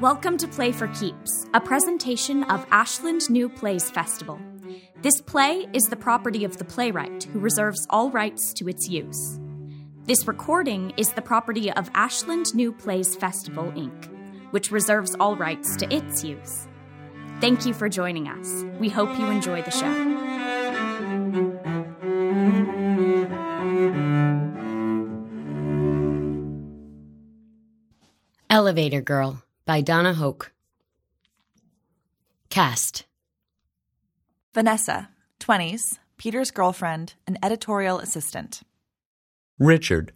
Welcome to Play for Keeps, a presentation of Ashland New Plays Festival. This play is the property of the playwright, who reserves all rights to its use. This recording is the property of Ashland New Plays Festival, Inc., which reserves all rights to its use. Thank you for joining us. We hope you enjoy the show. Elevator Girl by Donna Hoke. Cast. Vanessa, 20s, Peter's girlfriend, an editorial assistant. Richard,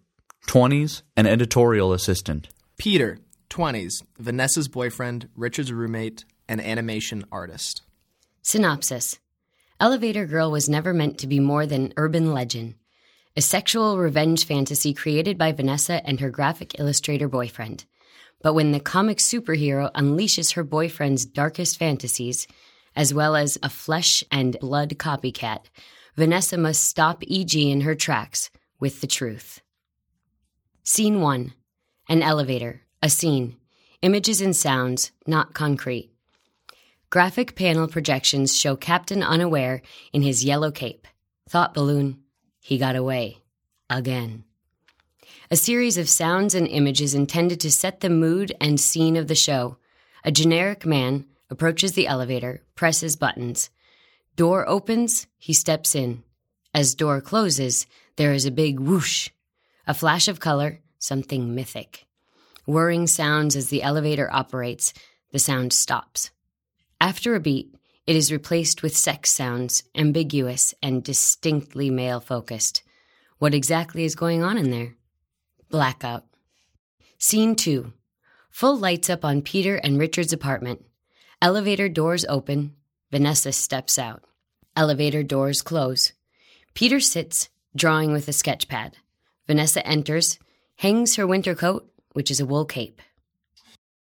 20s, an editorial assistant. Peter, 20s, Vanessa's boyfriend, Richard's roommate, an animation artist. Synopsis Elevator Girl was never meant to be more than urban legend, a sexual revenge fantasy created by Vanessa and her graphic illustrator boyfriend. But when the comic superhero unleashes her boyfriend's darkest fantasies, as well as a flesh and blood copycat, Vanessa must stop EG in her tracks with the truth. Scene 1 An elevator, a scene. Images and sounds, not concrete. Graphic panel projections show Captain Unaware in his yellow cape. Thought balloon, he got away. Again. A series of sounds and images intended to set the mood and scene of the show. A generic man approaches the elevator, presses buttons. Door opens, he steps in. As door closes, there is a big whoosh, a flash of color, something mythic. Whirring sounds as the elevator operates, the sound stops. After a beat, it is replaced with sex sounds, ambiguous and distinctly male focused. What exactly is going on in there? Blackout. Scene 2 Full lights up on Peter and Richard's apartment. Elevator doors open. Vanessa steps out. Elevator doors close. Peter sits, drawing with a sketch pad. Vanessa enters, hangs her winter coat, which is a wool cape.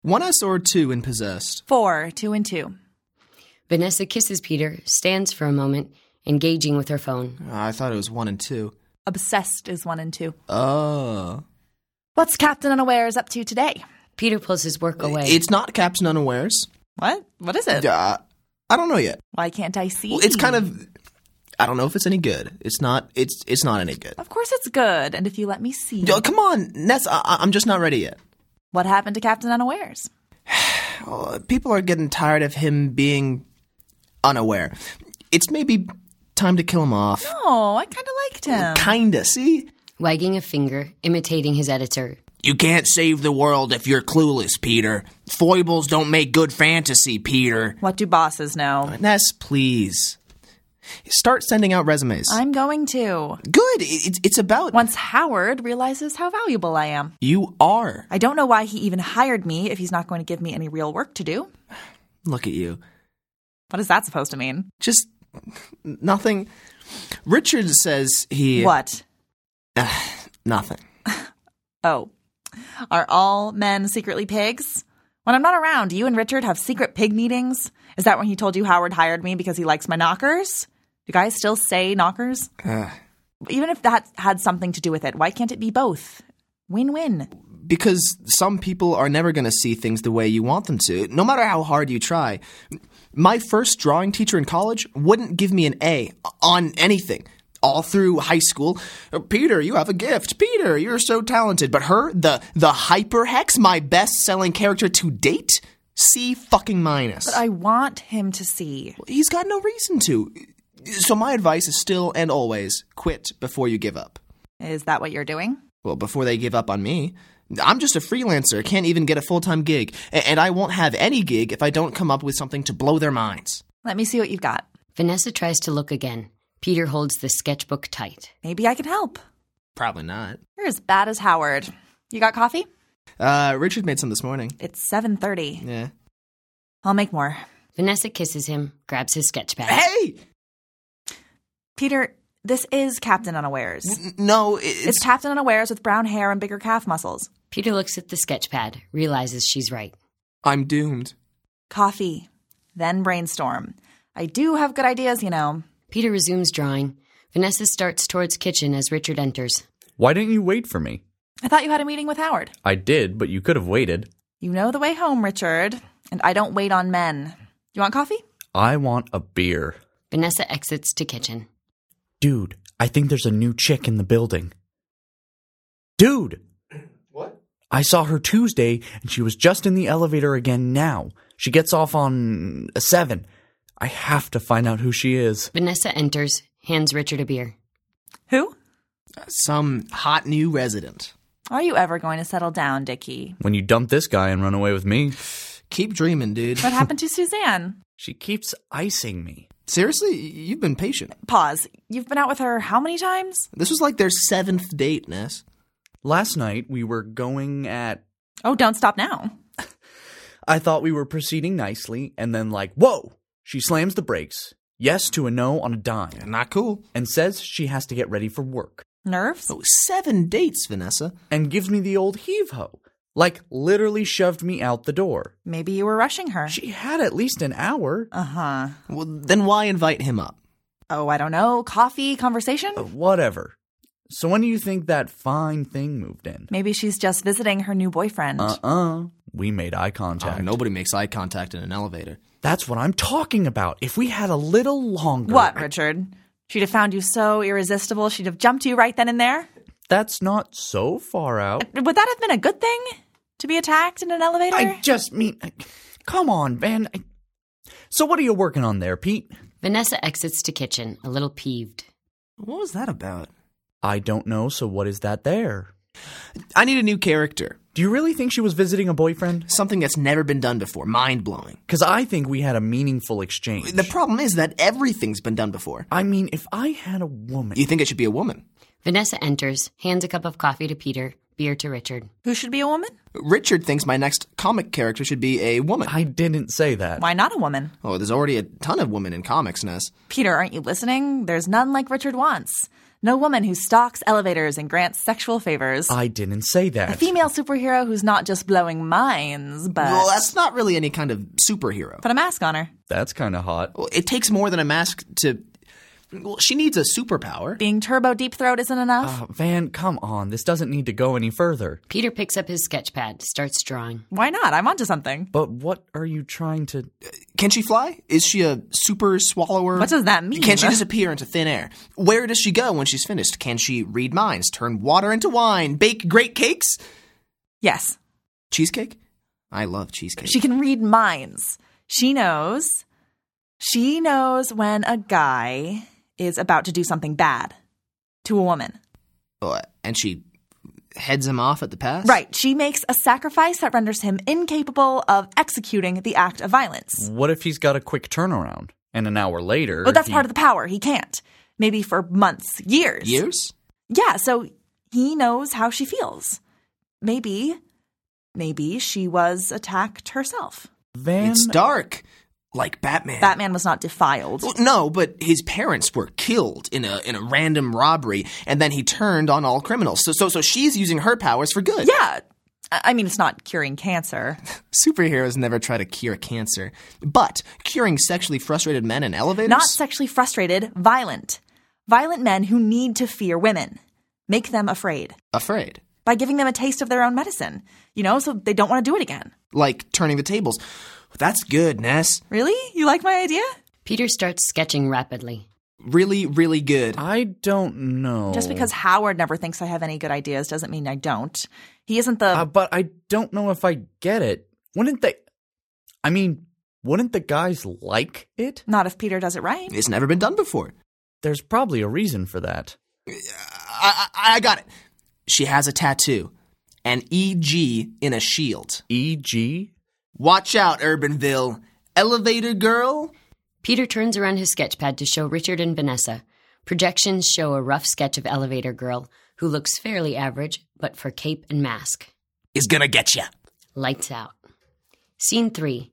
One us or two in Possessed. 4, 2 and 2. Vanessa kisses Peter, stands for a moment, engaging with her phone. I thought it was one and two. Obsessed is 1 and 2. Oh. What's Captain Unaware is up to today? Peter pulls his work away. It's not Captain Unawares. What? What is it? Uh, I don't know yet. Why can't I see? Well, it's kind of. I don't know if it's any good. It's not. It's it's not any good. Of course it's good, and if you let me see. Yo, come on, Ness. I, I- I'm just not ready yet. What happened to Captain Unawares? Uh, People are getting tired of him being unaware. It's maybe time to kill him off. Oh, I kind of liked him. Kinda. See, wagging a finger, imitating his editor. You can't save the world if you're clueless, Peter. Foibles don't make good fantasy, Peter. What do bosses know? Ness, please start sending out resumes. I'm going to. good. It, it's it's about Once Howard realizes how valuable I am. you are. I don't know why he even hired me if he's not going to give me any real work to do. Look at you. What is that supposed to mean? Just nothing. Richard says he What? nothing. Oh. Are all men secretly pigs? When I'm not around, you and Richard have secret pig meetings? Is that when he told you Howard hired me because he likes my knockers? Do guys still say knockers? Even if that had something to do with it, why can't it be both? Win win. Because some people are never going to see things the way you want them to, no matter how hard you try. My first drawing teacher in college wouldn't give me an A on anything. All through high school, Peter, you have a gift. Peter, you're so talented. But her, the the hyperhex, my best-selling character to date, C fucking minus. I want him to see. He's got no reason to. So my advice is still and always quit before you give up. Is that what you're doing? Well, before they give up on me. I'm just a freelancer, can't even get a full time gig, a- and I won't have any gig if I don't come up with something to blow their minds. Let me see what you've got. Vanessa tries to look again. Peter holds the sketchbook tight. Maybe I can help. Probably not. You're as bad as Howard. You got coffee? Uh, Richard made some this morning. It's 7:30. Yeah. I'll make more. Vanessa kisses him, grabs his sketch pad. Hey! Peter, this is Captain Unawares. N- No, i- It's it's. Captain Unawares with brown hair and bigger calf muscles. Peter looks at the sketch pad, realizes she's right. I'm doomed. Coffee. Then brainstorm. I do have good ideas, you know. Peter resumes drawing. Vanessa starts towards kitchen as Richard enters. Why didn't you wait for me? I thought you had a meeting with Howard. I did, but you could have waited. You know the way home, Richard, and I don't wait on men. You want coffee? I want a beer. Vanessa exits to kitchen. Dude, I think there's a new chick in the building. Dude! What? I saw her Tuesday and she was just in the elevator again now. She gets off on a 7. I have to find out who she is. Vanessa enters, hands Richard a beer. Who? Some hot new resident. Are you ever going to settle down, Dickie? When you dump this guy and run away with me, Keep dreaming, dude. What happened to Suzanne? she keeps icing me. Seriously, you've been patient. Pause. You've been out with her how many times? This was like their seventh date, Ness. Last night we were going at. Oh, don't stop now. I thought we were proceeding nicely, and then, like, whoa! She slams the brakes. Yes to a no on a dime. Not cool. And says she has to get ready for work. Nerves? Oh, seven dates, Vanessa. and gives me the old heave ho. Like, literally shoved me out the door. Maybe you were rushing her. She had at least an hour. Uh huh. Well, then why invite him up? Oh, I don't know. Coffee? Conversation? Uh, whatever. So, when do you think that fine thing moved in? Maybe she's just visiting her new boyfriend. Uh uh We made eye Oh, contact. nobody makes eye contact in an elevator. That's what I'm talking about. If we had a little longer. what, Richard? She'd have found you so irresistible, she'd have jumped you right then and there? That's not so far out. Would that have been a good thing? To be attacked in an elevator? I just mean. I- Come on, man. I- So, what are you working on there, Pete? Vanessa exits to kitchen, a little peeved. What was that about? I don't know, so what is that there? I need a new character. Do you really think she was visiting a boyfriend? Something that's never been done before. Mind blowing. Because I think we had a meaningful exchange. The problem is that everything's been done before. I mean, if I had a woman, You think it should be a woman? Vanessa enters, hands a cup of coffee to Peter, beer to Richard. Who should be a woman? Richard thinks my next comic character should be a woman. I didn't say that. Why not a woman? Oh, there's already a ton of women in comics, Ness. Peter, aren't you listening? There's none like Richard wants. No woman who stalks elevators and grants sexual favors. I didn't say that. a female superhero who's not just blowing minds, but Well, that's not really any kind of superhero. put a mask on her. That's kind of hot. Well, it takes more than a mask to. Well, she needs a superpower. Being turbo deep throat isn't enough. Uh, Van, come on. This doesn't need to go any further. Peter picks up his sketch pad, starts drawing. Why not? I'm onto something. But what are you trying to. Can she fly? Is she a super swallower? What does that mean? Can she disappear into thin air? Where does she go when she's finished? Can she read minds, turn water into wine, bake great cakes? Yes, Cheesecake? I love cheesecake. she can read minds. She knows. She knows when a guy is about to do something bad to a woman. Oh, and she heads him off at the pass? Right. She makes a sacrifice that renders him incapable of executing the act of violence. What if he's got a quick turnaround? And an hour later. But that's he- part of the power. He can't. Maybe for months, years. Years? Yeah, so he knows how she feels. Maybe, maybe she was attacked herself. Van. It's dark. Like Batman. That man was not defiled. Well, no, but his parents were killed in a in a random robbery, and then he turned on all criminals. So so so she's using her powers for good. Yeah. I I mean, it's not curing cancer. Superheroes never try to cure cancer, but curing sexually frustrated men in elevators. Not sexually frustrated, violent. Violent men who need to fear women. Make them afraid afraid. by giving them a taste of their own medicine, you know, so they don't want to do it again. Like turning the tables. That's good, Ness. Really? You like my idea? Peter starts sketching rapidly. Really, really good. I don't know. Just because Howard never thinks I have any good ideas doesn't mean I don't. He isn't the. Uh, but I don't know if I get it. Wouldn't they. I mean, wouldn't the guys like it? Not if Peter does it right. It's never been done before. There's probably a reason for that. I, I, I got it. She has a tattoo, an EG in a shield. E E.g., Watch out, Urbanville. Elevator girl. Peter turns around his sketch pad to show Richard and Vanessa. Projections show a rough sketch of Elevator Girl, who looks fairly average, but for cape and mask. is gonna get you. Lights out. Scene 3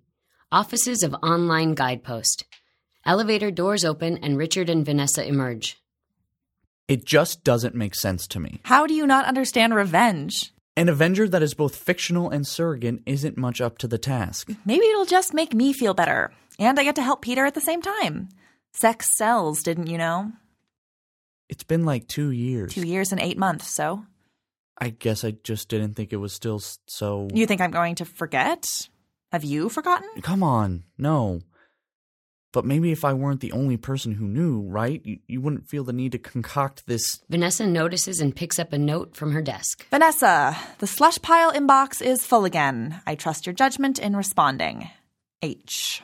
Offices of Online Guidepost. Elevator doors open and Richard and Vanessa emerge. it just doesn't make sense to me. How do you not understand revenge? An Avenger that is both fictional and surrogate isn't much up to the task. Maybe it'll just make me feel better. And I get to help Peter at the same time. Sex sells, didn't you know? It's been like two years. Two years and eight months, so. I guess I just didn't think it was still s- so. You think I'm going to forget? Have you forgotten? Come on, no. But maybe if I weren't the only person who knew, right? You, you wouldn't feel the need to concoct this. Vanessa notices and picks up a note from her desk. Vanessa, the slush pile inbox is full again. I trust your judgment in responding. H.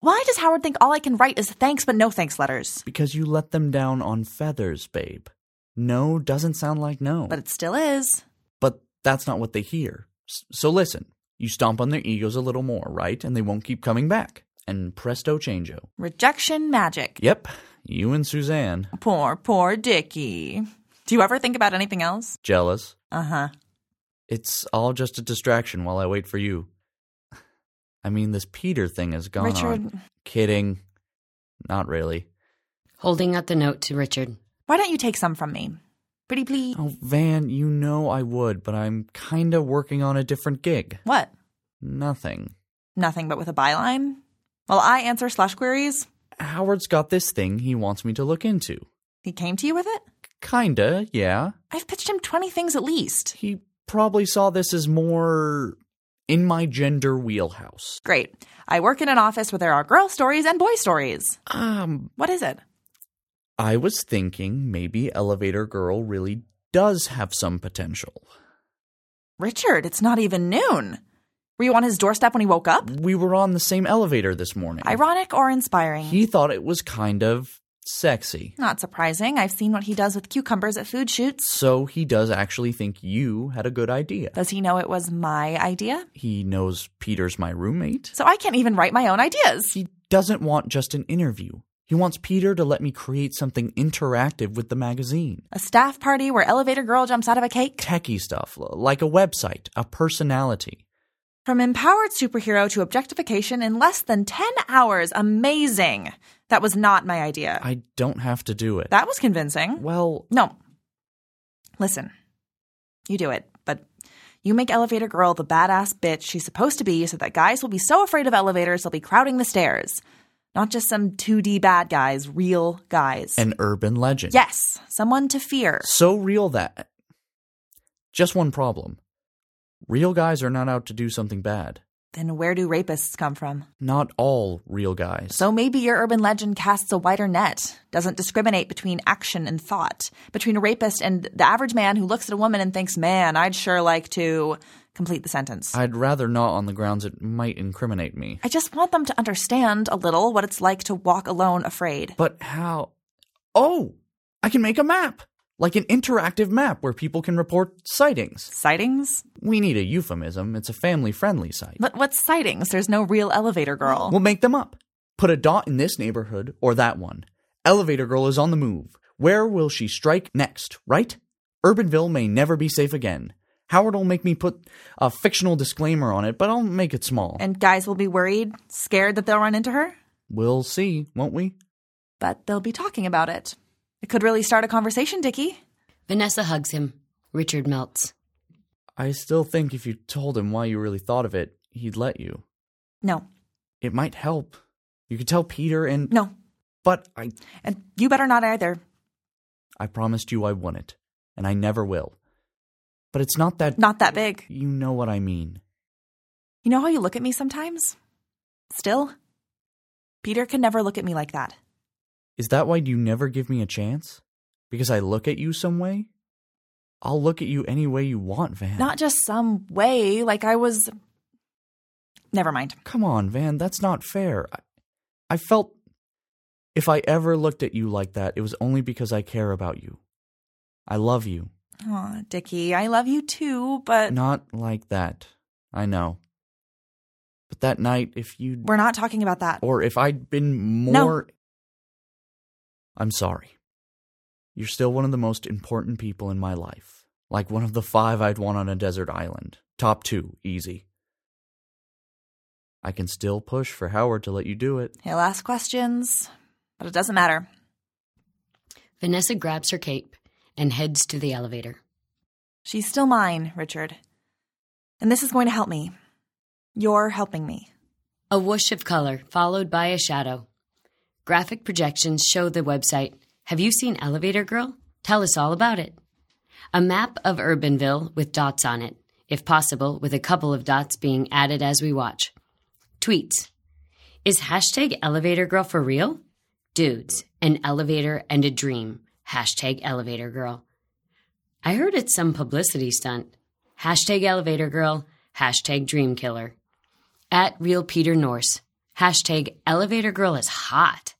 Why does Howard think all I can write is thanks but no thanks letters? Because you let them down on feathers, babe. No doesn't sound like no. But it still is. But that's not what they hear. S- So listen, you stomp on their egos a little more, right? And they won't keep coming back. And presto changeo. Rejection magic. Yep, you and Suzanne. Poor, poor Dickie. Do you ever think about anything else? Jealous. Uh huh. It's all just a distraction while I wait for you. I mean, this Peter thing has gone on. Richard, Kidding. Not really. Holding out the note to Richard. why don't you take some from me? Pretty please. Oh, Van, you know I would, but I'm kinda working on a different gig. What? Nothing. Nothing but with a byline? Well, I answer slush queries. Howard's got this thing he wants me to look into. He came to you with it? Kinda, yeah. I've pitched him 20 things at least. He probably saw this as more in my gender wheelhouse. Great. I work in an office where there are girl stories and boy stories. Um, What is it? I was thinking maybe Elevator Girl really does have some potential. Richard, it's not even noon. Were you on his doorstep when he woke up? We were on the same elevator this morning. Ironic or inspiring? He thought it was kind of sexy. Not surprising. I've seen what he does with cucumbers at food shoots. So he does actually think you had a good idea. Does he know it was my idea? He knows Peter's my roommate. So I can't even write my own ideas. He doesn't want just an interview. He wants Peter to let me create something interactive with the magazine. A staff party where elevator girl jumps out of a cake? techie stuff, l- like a website, a personality. From empowered superhero to objectification in less than 10 hours. Amazing. That was not my idea. I don't have to do it. that was convincing. well, No. Listen, you do it, but you make Elevator Girl the badass bitch she's supposed to be so that guys will be so afraid of elevators they'll be crowding the stairs. Not just some 2D bad guys, real guys. an urban legend. yes, someone to fear. So real that. Just one problem. Real guys are not out to do something bad. Then where do rapists come from? Not all real guys. So maybe your urban legend casts a wider net, doesn't discriminate between action and thought, between a rapist and the average man who looks at a woman and thinks, man, I'd sure like to complete the sentence. I'd rather not on the grounds it might incriminate me. I just want them to understand a little what it's like to walk alone afraid. But how? Oh, I can make a map. Like an interactive map where people can report sightings. Sightings? We need a euphemism. It's a family friendly site. But what's sightings? There's no real elevator girl. We'll make them up. Put a dot in this neighborhood or that one. Elevator Girl is on the move. Where will she strike next, right? Urbanville may never be safe again. Howard will make me put a fictional disclaimer on it, but I'll make it small. and guys will be worried, scared that they'll run into her, we'll see, won't we? but they'll be talking about it. It could really start a conversation, Dickie. Vanessa hugs him. Richard melts. I still think if you told him why you really thought of it, he'd let you. No, It might help. You could tell Peter and. no. But I, And you better not either. I promised you I wouldn't, and I never will. But it's not that. Not that big. You know what I mean. You know how you look at me sometimes? Still? Peter can never look at me like that. Is that why you never give me a chance? Because I look at you some way? I'll look at you any way you want, Van. Not just some way, like I was. Never mind. Come on, Van, that's not fair. I, I felt if I ever looked at you like that, it was only because I care about you. I love you. Aw, Dickie, I love you too, but Not like that. I know. But that night, if you'd. we're not talking about that. Or if I'd been No. more. I'm sorry. You're still one of the most important people in my life. Like one of the five I'd want on a desert island. Top two, easy. I can still push for Howard to let you do it. He'll ask questions, but it doesn't matter. Vanessa grabs her cape and heads to the elevator. She's still mine, Richard. And this is going to help me. You're helping me. A whoosh of color, followed by a shadow. Graphic projections show the website. Have you seen Elevator Girl? Tell us all about it. A map of Urbanville with dots on it, if possible, with a couple of dots being added as we watch. Tweets. Is hashtag elevator girl for real? Dudes, an elevator and a dream. Hashtag elevator girl. I heard it's some publicity stunt. Hashtag elevator girl. Hashtag dream killer. At real Peter Norse. Hashtag elevator girl is hot.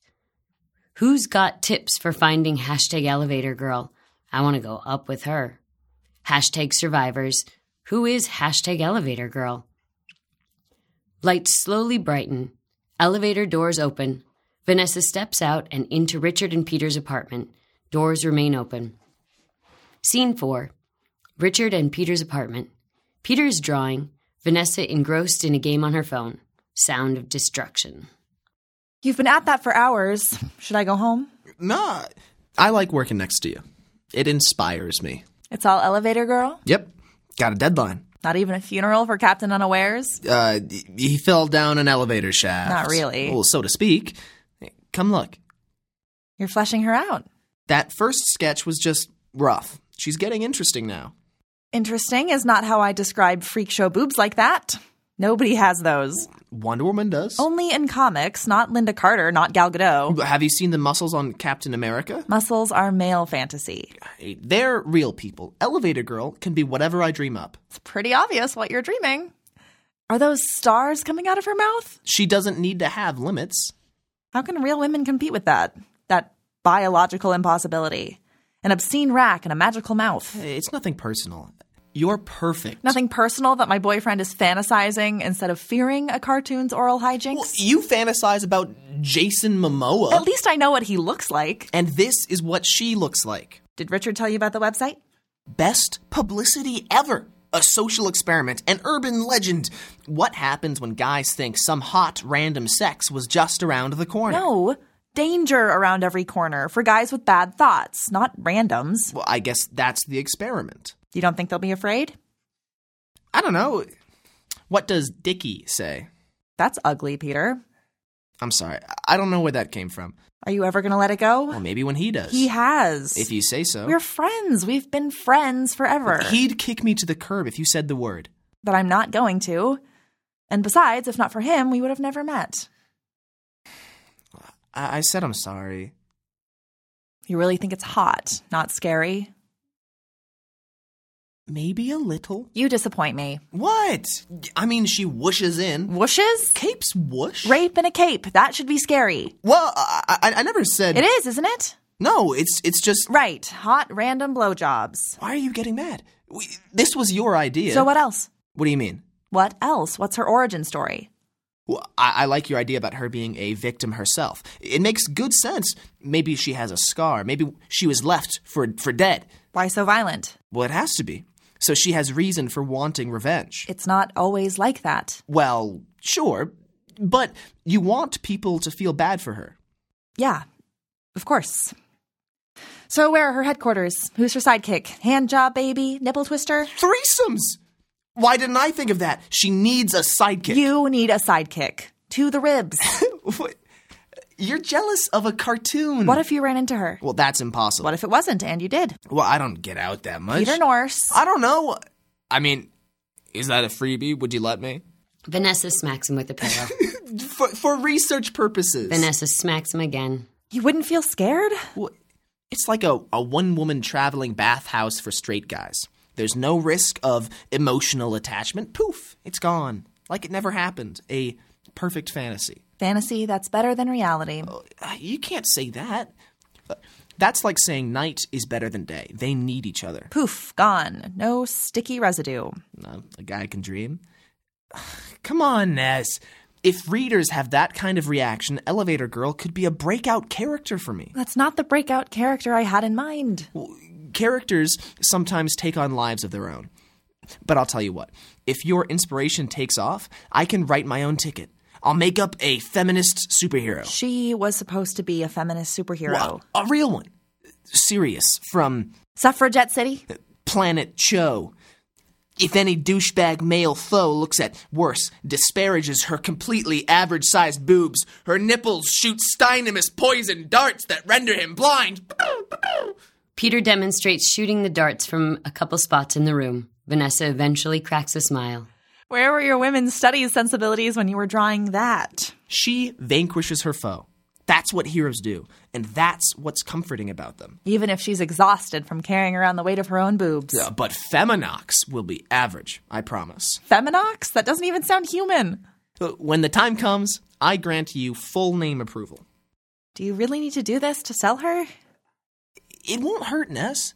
Who's got tips for finding hashtag elevator girl? I want to go up with her. Hashtag survivors. Who is hashtag elevator girl? Lights slowly brighten. Elevator doors open. Vanessa steps out and into Richard and Peter's apartment. Doors remain open. Scene 4 Richard and Peter's apartment. Peter is drawing, Vanessa engrossed in a game on her phone. Sound of destruction. You've been at that for hours. Should I go home? Nah, I like working next to you. It inspires me. It's all elevator girl. Yep, got a deadline. Not even a funeral for Captain Unawares. Uh, y- he fell down an elevator shaft. Not really. Well, so to speak. Come look. You're fleshing her out. That first sketch was just rough. She's getting interesting now. Interesting is not how I describe freak show boobs like that. Nobody has those. Wonder Woman does. Only in comics, not Linda Carter, not Gal Gadot. But Have you seen the muscles on Captain America? Muscles are male fantasy. They're real people. Elevator Girl can be whatever I dream up. It's pretty obvious what you're dreaming. Are those stars coming out of her mouth? She doesn't need to have limits. How can real women compete with that? That biological impossibility. An obscene rack and a magical mouth. It's nothing personal. You're perfect. Nothing personal that my boyfriend is fantasizing instead of fearing a cartoon's oral hijinks. Well, you fantasize about Jason Momoa, At least I know what he looks like. and this is what she looks like. Did Richard tell you about the website? Best publicity ever. A social experiment, an urban legend. What happens when guys think some hot random sex was just around the corner? No. Danger around every corner for guys with bad thoughts, not randoms. Well, I guess that's the experiment. You don't think they'll be afraid? I don't know. What does Dicky say? That's ugly, Peter. I'm sorry. I don't know where that came from. Are you ever going to let it go? Well, maybe when he does. he has. if you say so. We're friends. We've been friends forever. He'd kick me to the curb if you said the word. But I'm not going to. And besides, if not for him, we would have never met. I, I said I'm sorry. You really think it's hot, not scary? Maybe a little. You disappoint me. What? I mean, she whooshes in. Whooshes? Capes whoosh? Rape in a cape. That should be scary. Well, I, I, I never said. It is, isn't it? No, it's it's just. Right. Hot random blowjobs. Why are you getting mad? We, this was your idea. So what else? What do you mean? What else? What's her origin story? Well, I, I like your idea about her being a victim herself. It makes good sense. Maybe she has a scar. Maybe she was left for for dead. Why so violent? Well, it has to be. So she has reason for wanting revenge. It's not always like that. Well, sure, but you want people to feel bad for her. Yeah, of course. So where are her headquarters? Who's her sidekick? Hand job baby? Nipple twister? Threesomes! Why didn't I think of that? She needs a sidekick. You need a sidekick. To the ribs. What? You're jealous of a cartoon. what if you ran into her? Well, that's impossible. What if it wasn't and you did? Well, I don't get out that much. Peter Norse. I don't know. I mean, is that a freebie? Would you let me? Vanessa smacks him with a pillow. For, for research purposes. Vanessa smacks him again. You wouldn't feel scared? Well, it's like a, a one woman traveling bathhouse for straight guys. There's no risk of emotional attachment. Poof, it's gone. Like it never happened. A perfect fantasy. Fantasy that's better than reality. Uh, You can't say that. Uh, That's like saying night is better than day. They need each other. Poof, gone. No sticky residue. Uh, a guy can dream. Come on, Ness. If readers have that kind of reaction, Elevator Girl could be a breakout character for me. That's not the breakout character I had in mind. Characters sometimes take on lives of their own. But I'll tell you what, if your inspiration takes off, I can write my own ticket. I'll make up a feminist superhero. She was supposed to be a feminist superhero. Well, a real one. Sirius from Suffragette City? Planet Cho. If any douchebag male foe looks at worse, disparages her completely average sized boobs, her nipples shoot Steinimus poison darts that render him blind. Peter demonstrates shooting the darts from a couple spots in the room. Vanessa eventually cracks a smile. Where were your women's studies sensibilities when you were drawing that? She vanquishes her foe. That's what heroes do, and that's what's comforting about them. Even if she's exhausted from carrying around the weight of her own boobs. Uh, but Feminox will be average, I promise. Feminox? That doesn't even sound human. Uh, When the time comes, I grant you full name approval. Do you really need to do this to sell her? It won't hurt Ness,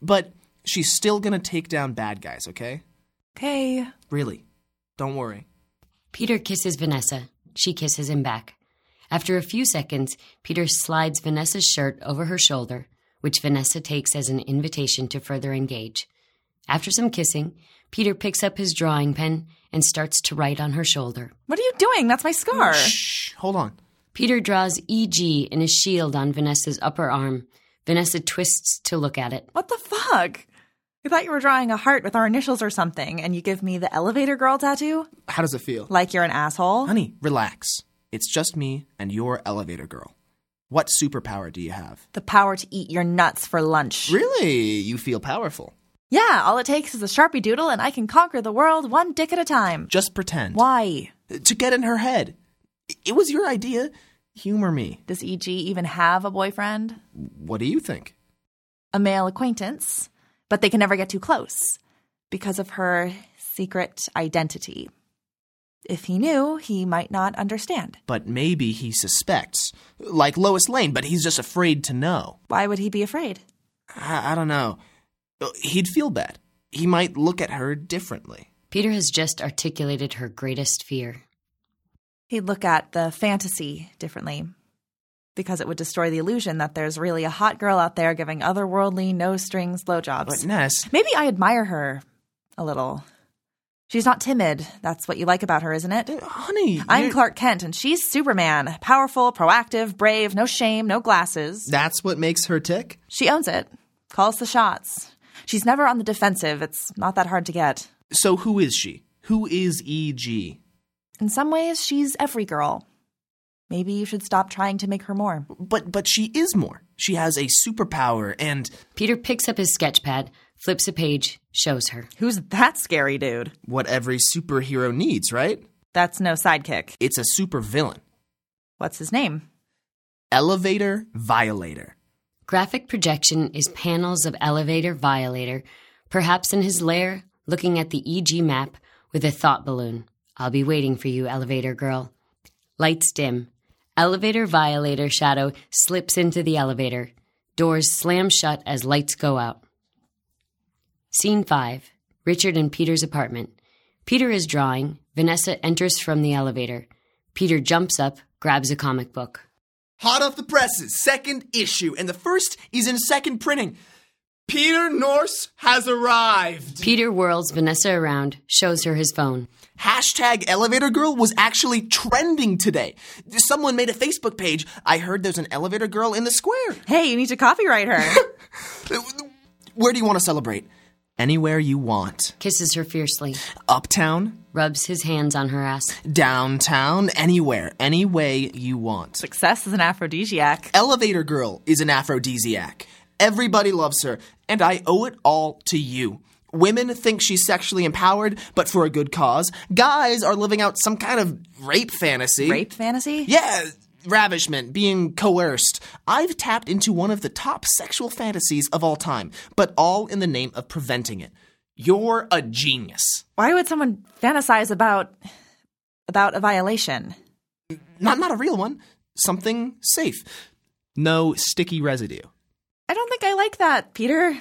but she's still gonna take down bad guys, okay? Okay. Really. Don't worry. Peter kisses Vanessa. She kisses him back. After a few seconds, Peter slides Vanessa's shirt over her shoulder, which Vanessa takes as an invitation to further engage. After some kissing, Peter picks up his drawing pen and starts to write on her shoulder. What are you doing? That's my Oh, scar. Shh, hold on. Peter draws EG in a shield on Vanessa's upper arm. Vanessa twists to look at it. What the fuck? I thought you were drawing a heart with our initials or something, and you give me the elevator girl tattoo? How does it feel? Like you're an asshole? Honey, relax. It's just me and your elevator girl. What superpower do you have? The power to eat your nuts for lunch. Really? You feel powerful. Yeah, all it takes is a sharpie doodle, and I can conquer the world one dick at a time. Just pretend. Why? To get in her head. It was your idea. Humor me. Does EG even have a boyfriend? What do you think? A male acquaintance, but they can never get too close because of her secret identity. If he knew, he might not understand. But maybe he suspects. Like Lois Lane, but he's just afraid to know. Why would he be afraid? I, I don't know. Uh, He'd feel bad. He might look at her differently. Peter has just articulated her greatest fear. He'd look at the fantasy differently because it would destroy the illusion that there's really a hot girl out there giving otherworldly, no strings blowjobs. But Ness, Maybe I admire her a little. She's not timid. That's what you like about her, isn't it? honey, I'm you're- Clark Kent, and she's Superman. Powerful, proactive, brave, no shame, no glasses. That's what makes her tick. She owns it, calls the shots. She's never on the defensive. It's not that hard to get. So who is she? Who is E E.G.? In some ways, she's every girl. Maybe you should stop trying to make her more. But but she is more. She has a superpower, and Peter picks up his sketch pad, flips a page, shows her. Who's that scary dude? what every superhero needs, right? That's no sidekick. It's a supervillain. What's his name? Elevator violator. Graphic projection is panels of elevator violator, perhaps in his lair, looking at the EG map with a thought balloon. I'll be waiting for you, elevator girl. Lights dim. Elevator violator shadow slips into the elevator. Doors slam shut as lights go out. Scene 5 Richard and Peter's apartment. Peter is drawing. Vanessa enters from the elevator. Peter jumps up, grabs a comic book. Hot off the presses, second issue, and the first is in second printing. Peter Norse has arrived. Peter whirls Vanessa around, shows her his phone. Hashtag elevator girl was actually trending today. Someone made a Facebook page. I heard there's an elevator girl in the square. Hey, you need to copyright her. Where do you want to celebrate? Anywhere you want. Kisses her fiercely, Uptown, rubs his hands on her ass. downtown, anywhere, any way you want. Success is an aphrodisiac. Elevator Girl is an aphrodisiac. Everybody loves her, and I owe it all to you. Women think she's sexually empowered, but for a good cause. Guys are living out some kind of rape fantasy. Rape fantasy? Yeah, ravishment, being coerced. I've tapped into one of the top sexual fantasies of all time, but all in the name of preventing it. You're a genius. Why would someone fantasize about about a violation? Not not a real one. Something safe. No sticky residue. I don't think I like that, Peter.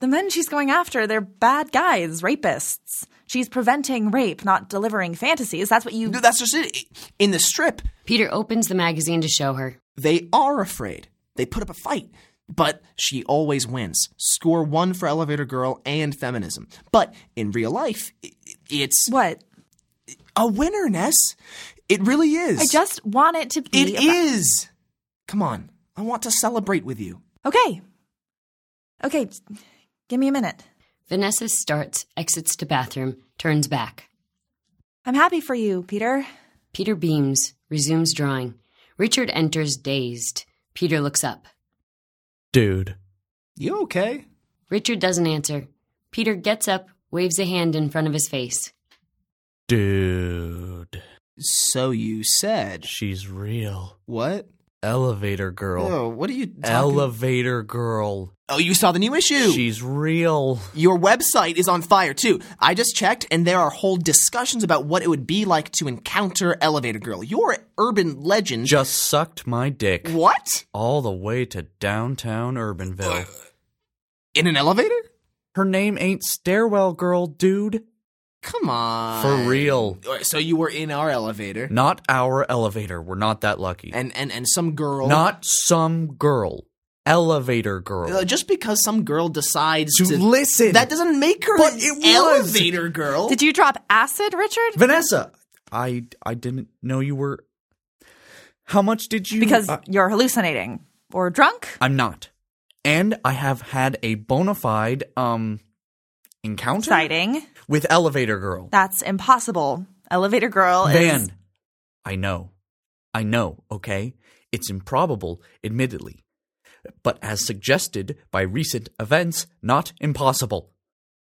The men she's going after, they're bad guys, rapists. She's preventing rape, not delivering fantasies. That's what you No, That's just it. In the strip, Peter opens the magazine to show her. They are afraid. They put up a fight. But she always wins. Score one for Elevator Girl and feminism. But in real life, i- it's What? a winner, Ness. It really is. I just want it to be It about- is. Come on. I want to celebrate with you. Okay. Okay, just give me a minute. Vanessa starts, exits to bathroom, turns back. I'm happy for you, Peter. Peter beams, resumes drawing. Richard enters dazed. Peter looks up. Dude, You okay? Richard doesn't answer. Peter gets up, waves a hand in front of his face. Dude, So you said. she's real. What? Elevator girl. Oh, what are you talking Elevator girl. Oh, you saw the new issue. She's real. Your website is on fire too. I just checked and there are whole discussions about what it would be like to encounter Elevator Girl. Your urban legend. Just sucked my dick. what? All the way to downtown Urbanville. In an elevator? Her name ain't Stairwell Girl, dude. Come on. For real. So you were in our elevator Not our elevator. We're not that lucky. and and and some girl Not some girl. Elevator girl. Uh, just because some girl decides To to listen. that doesn't make her But an it was. elevator girl. Did you drop acid, Richard? Vanessa, I I didn't know you were. How much did you? Because I- you're hallucinating or drunk? I'm not, and I have had a bona fide um encounter Exciting. with Elevator Girl. That's impossible. Elevator girl is. Van, I know, I know. Okay, it's improbable, admittedly, but as suggested by recent events, not impossible.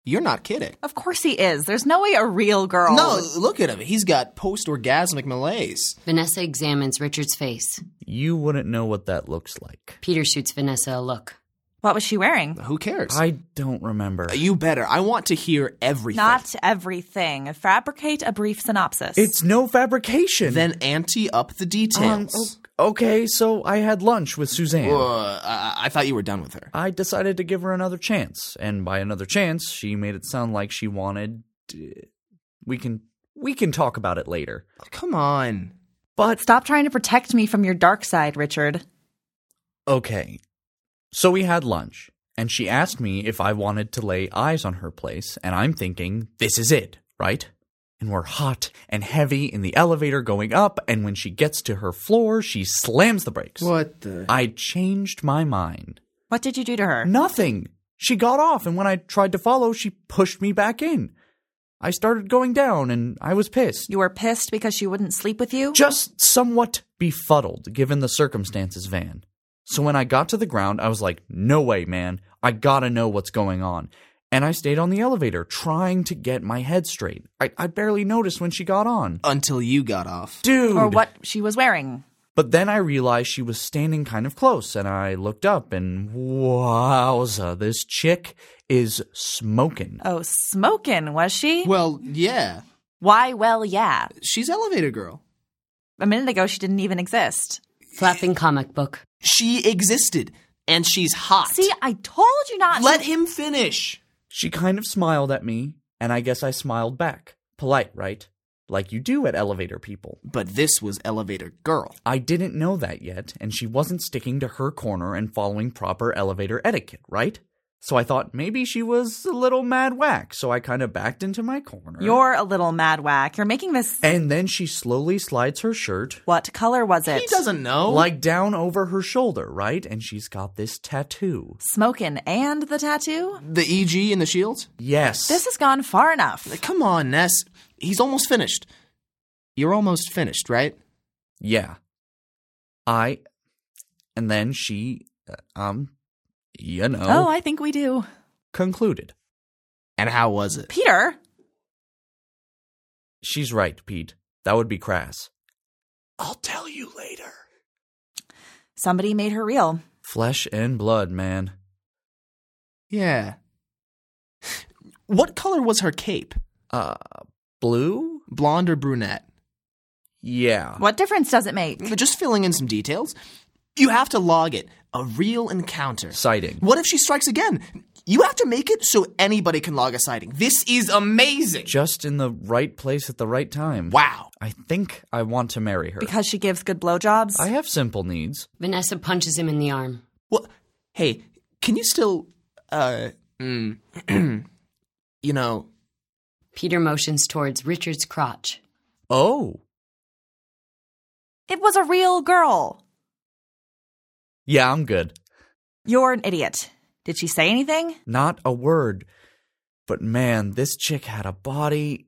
You're not kidding. Of course he is. There's no way a real girl. No, look at him. He's got post-orgasmic malaise. Vanessa examines Richard's face. You wouldn't know what that looks like. Peter shoots Vanessa a look. What was she wearing? Who cares? I don't remember. you better. I want to hear everything. Not everything. Fabricate a brief synopsis. It's no fabrication. then ante up the Um, details. o- okay, so I had lunch with Um, oh. Suzanne. Uh, I, I thought you were done with her. I decided to give her another chance, and by another chance, she made it sound like she wanted. uh, We can we can talk about it later. Come on. But stop trying to protect me from your dark side, Richard. Okay, so we had lunch, and she asked me if I wanted to lay eyes on her place, and I'm thinking this is it, right? And we're hot and heavy in the elevator going up, and when she gets to her floor, she slams the brakes. What the? I changed my mind. What did you do to her? Nothing. She got off, and when I tried to follow, she pushed me back in. I started going down, and I was pissed. You were pissed because she wouldn't sleep with you? Just somewhat befuddled, given the circumstances, Van. So when I got to the ground, I was like, no way, man. I gotta know what's going on. And I stayed on the elevator, trying to get my head straight. I, I barely noticed when she got on. Until you got off. Dude! or what she was wearing? But then I realized she was standing kind of close, and I looked up, and wowza, this chick is smoking. Oh, smoking, was she? Well, yeah. Why, well, yeah. She's elevator girl. A minute ago, she didn't even exist. Flapping comic book. She existed, and she's hot. See, I told you not Let to. him finish. She kind of smiled at me, and I guess I smiled back. Polite, right? Like you do at elevator people. But this was elevator girl. I didn't know that yet, and she wasn't sticking to her corner and following proper elevator etiquette, right? So I thought maybe she was a little mad whack, so I kind of backed into my corner. You're a little mad whack. You're making this. and then she slowly slides her shirt, What color was it? He doesn't Oh. know. like down over her shoulder, right? And she's got this tattoo. Smoking and the tattoo? the EG and the shield. Yes. This has gone far enough. Come on, Ness. He's almost finished. You're almost finished, right? Yeah. I. And then she, uh, um, you know, Oh, I think we do. concluded. And how was it? Peter, She's right, Pete. That would be crass. I'll tell you later. somebody made her real. Flesh and blood, man. Yeah. What color was her cape? Uh, blue? Blonde or brunette? Yeah. What difference does it make? Just filling in some details. You have to log it. A real encounter. Sighting. What if she strikes again? You have to make it so anybody can log a sighting. This is amazing. Just in the right place at the right time. Wow. I think I want to marry her. Because she gives good blowjobs? I have simple needs. Vanessa punches him in the arm. Well, hey, can you still, uh, mm, you know, Peter motions towards Richard's crotch. Oh. It was a real girl. Yeah, I'm good. You're an idiot. Did she say anything? Not a word. But man, this chick had a body.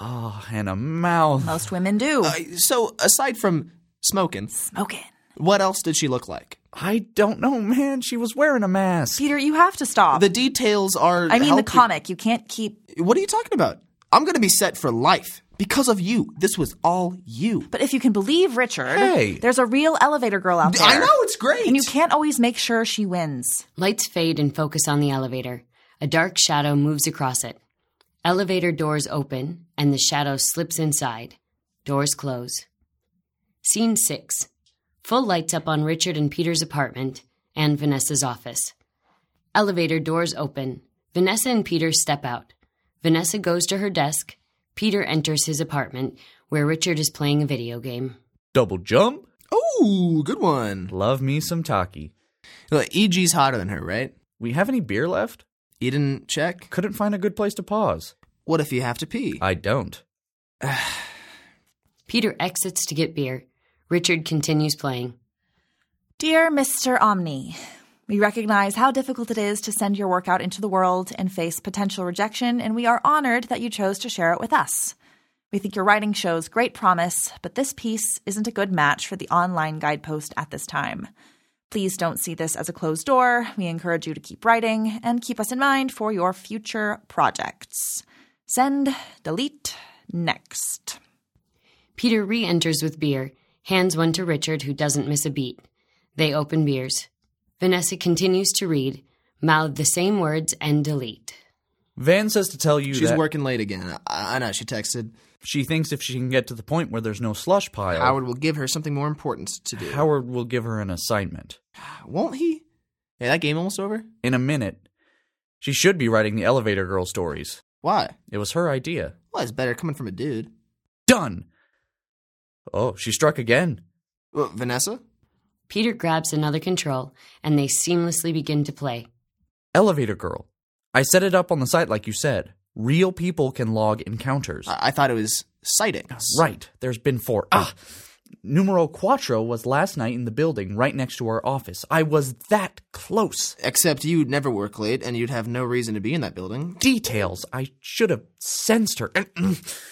Oh, and a mouth. Most women do. uh, so uh, aside from smoking, Smoking. what else did she look like? I don't know, man. She was wearing a mask. Peter, you have to stop. The details are. Uh, I mean, the helping- comic. You can't keep. What are you talking about? I'm going to be set for life because of you. This was all you. But if you can believe Richard, Hey. there's a real elevator girl out there. I know it's great. And you can't always make sure she wins. Lights fade and focus on the elevator. A dark shadow moves across it. Elevator doors open and the shadow slips inside. Doors close. Scene 6. Full lights up on Richard and Peter's apartment and Vanessa's office. Elevator doors open. Vanessa and Peter step out. Vanessa goes to her desk. Peter enters his apartment where Richard is playing a video game. Double jump. Oh, good one. Love me some Taki. Look, EG's hotter than her, right? We have any beer left? You didn't check? Couldn't find a good place to pause. What if you have to pee? I don't. Peter exits to get beer. Richard continues playing. Dear Mr. Omni, we recognize how difficult it is to send your work out into the world and face potential rejection, and we are honored that you chose to share it with us. We think your writing shows great promise, but this piece isn't a good match for the online guidepost at this time. Please don't see this as a closed door. We encourage you to keep writing and keep us in mind for your future projects. Send, delete, next. Peter re enters with beer, hands one to Richard, who doesn't miss a beat. They open beers. Vanessa continues to read, mouth the same words, and delete. Van says to tell you She's that working late again. I, I know, she texted. she thinks if she can get to the point where there's no slush pile, Howard will give her something more important to do. Howard will give her an assignment. Won't he? Hey, that game almost over? In a minute, she should be writing the elevator girl stories. Why? It was her idea. Well, it's better coming from a dude. Done! Oh, she struck again. Well, Vanessa? Peter grabs another control, and they seamlessly begin to play. Elevator girl. I set it up on the site like you said. Real people can log encounters. I, I thought it was sightings. Right. There's been four. Ah! Numero Quattro was last night in the building right next to our office. I was that close. Except you'd never work late and you'd have no reason to be in that building. Details. I should have sensed her. mm,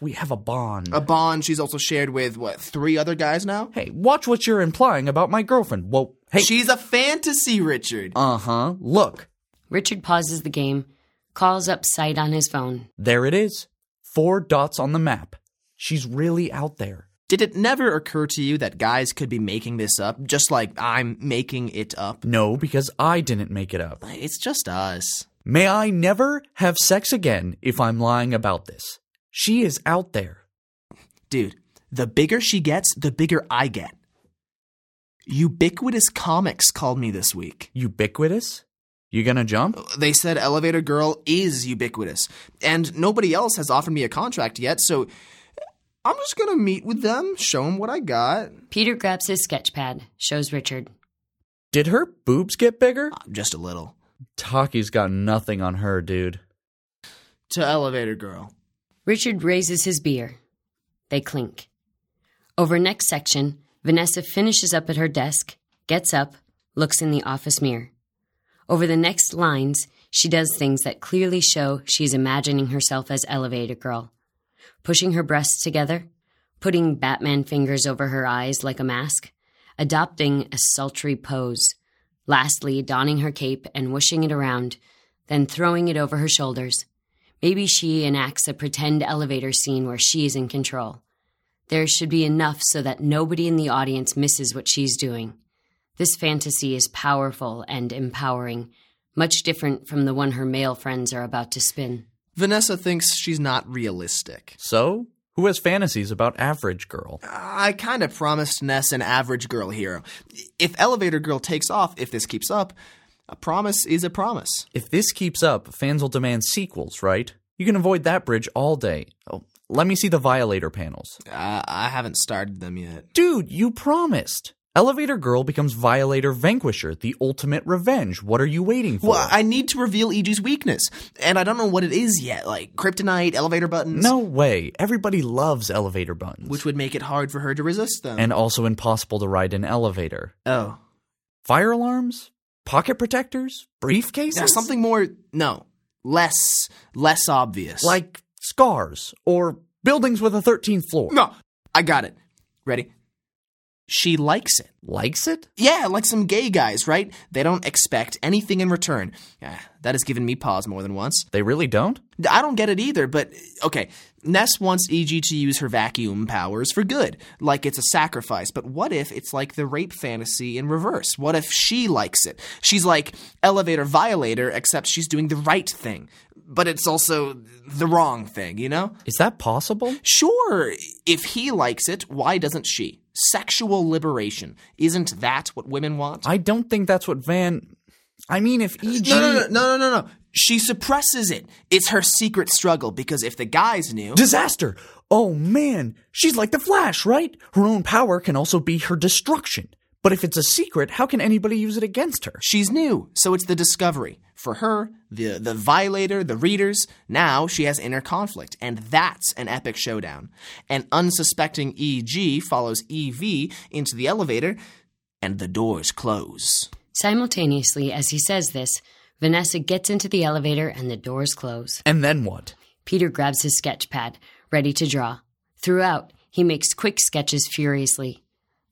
we have a bond. A bond she's also shared with, what, three other guys now? hey, watch what you're implying about my girlfriend. Well, hey. She's a fantasy, Richard. uh huh. Look. Richard pauses the game, calls up Sight on his phone. There it is. Four dots on the map. She's really out there. Did it never occur to you that guys could be making this up, just like I'm making it up? No, because I didn't make it up. It's just us. May I never have sex again if I'm lying about this. She is out there. Dude, the bigger she gets, the bigger I get. Ubiquitous Comics called me this week. Ubiquitous? You gonna jump? They said Elevator Girl is ubiquitous, and nobody else has offered me a contract yet, so I'm just gonna meet with them, show them what I got. Peter grabs his sketch pad, shows Richard. Did her boobs get bigger? Just a little. Taki's got nothing on her, dude. To Elevator Girl. Richard raises his beer. They clink. Over next section, Vanessa finishes up at her desk, gets up, looks in the office mirror. Over the next lines, she does things that clearly show she's imagining herself as Elevator Girl pushing her breasts together, putting Batman fingers over her eyes like a mask, adopting a sultry pose, lastly, donning her cape and wishing it around, then throwing it over her shoulders. Maybe she enacts a pretend elevator scene where she is in control. There should be enough so that nobody in the audience misses what she's doing. This fantasy is powerful and empowering, much different from the one her male friends are about to spin. Vanessa thinks she's not realistic. So? Who has fantasies about average girl? I kind of promised Ness an average girl hero. If Elevator Girl takes off, if this keeps up, a promise is a promise. If this keeps up, fans will demand sequels, right? You can avoid that bridge all day. Oh, let me see the violator panels. Uh, I haven't started them yet. Dude, you promised. Elevator Girl becomes Violator Vanquisher, the ultimate revenge. What are you waiting for? Well, I need to reveal EG's weakness, and I don't know what it is yet. Like kryptonite, elevator buttons. No way. Everybody loves elevator buttons. which would make it hard for her to resist them. and also impossible to ride an elevator. oh, Fire alarms? Pocket protectors? Briefcases? Now, something more. No, less, less obvious. like scars or buildings with a 13th floor. no, I got it. Ready? She likes it. Likes it? Yeah, like some gay guys, right? They don't expect anything in return. Ah, that has given me pause more than once. They really don't? I don't get it either, but okay. Ness wants EG to use her vacuum powers for good, like it's a sacrifice. But what if it's like the rape fantasy in reverse? What if she likes it? She's like elevator violator, except she's doing the right thing, but it's also the wrong thing, you know? Is that possible? Sure, if he likes it, why doesn't she? Sexual liberation. Isn't that what women want? I don't think that's what Van. I mean, if E EG. No, no, no, no, no, no, no. She suppresses it. It's her secret struggle because if the guys knew, Disaster! Oh man, she's like the Flash, right? Her own power can also be her destruction. But if it's a secret, how can anybody use it against her? she's new. So it's the discovery. For her, the the violator, the readers, now she has inner conflict, and that's an epic showdown. An unsuspecting EG follows EV into the elevator, and the doors close. Simultaneously, as he says this, Vanessa gets into the elevator and the doors close. And then what? Peter grabs his sketch pad, ready to draw. Throughout, he makes quick sketches furiously.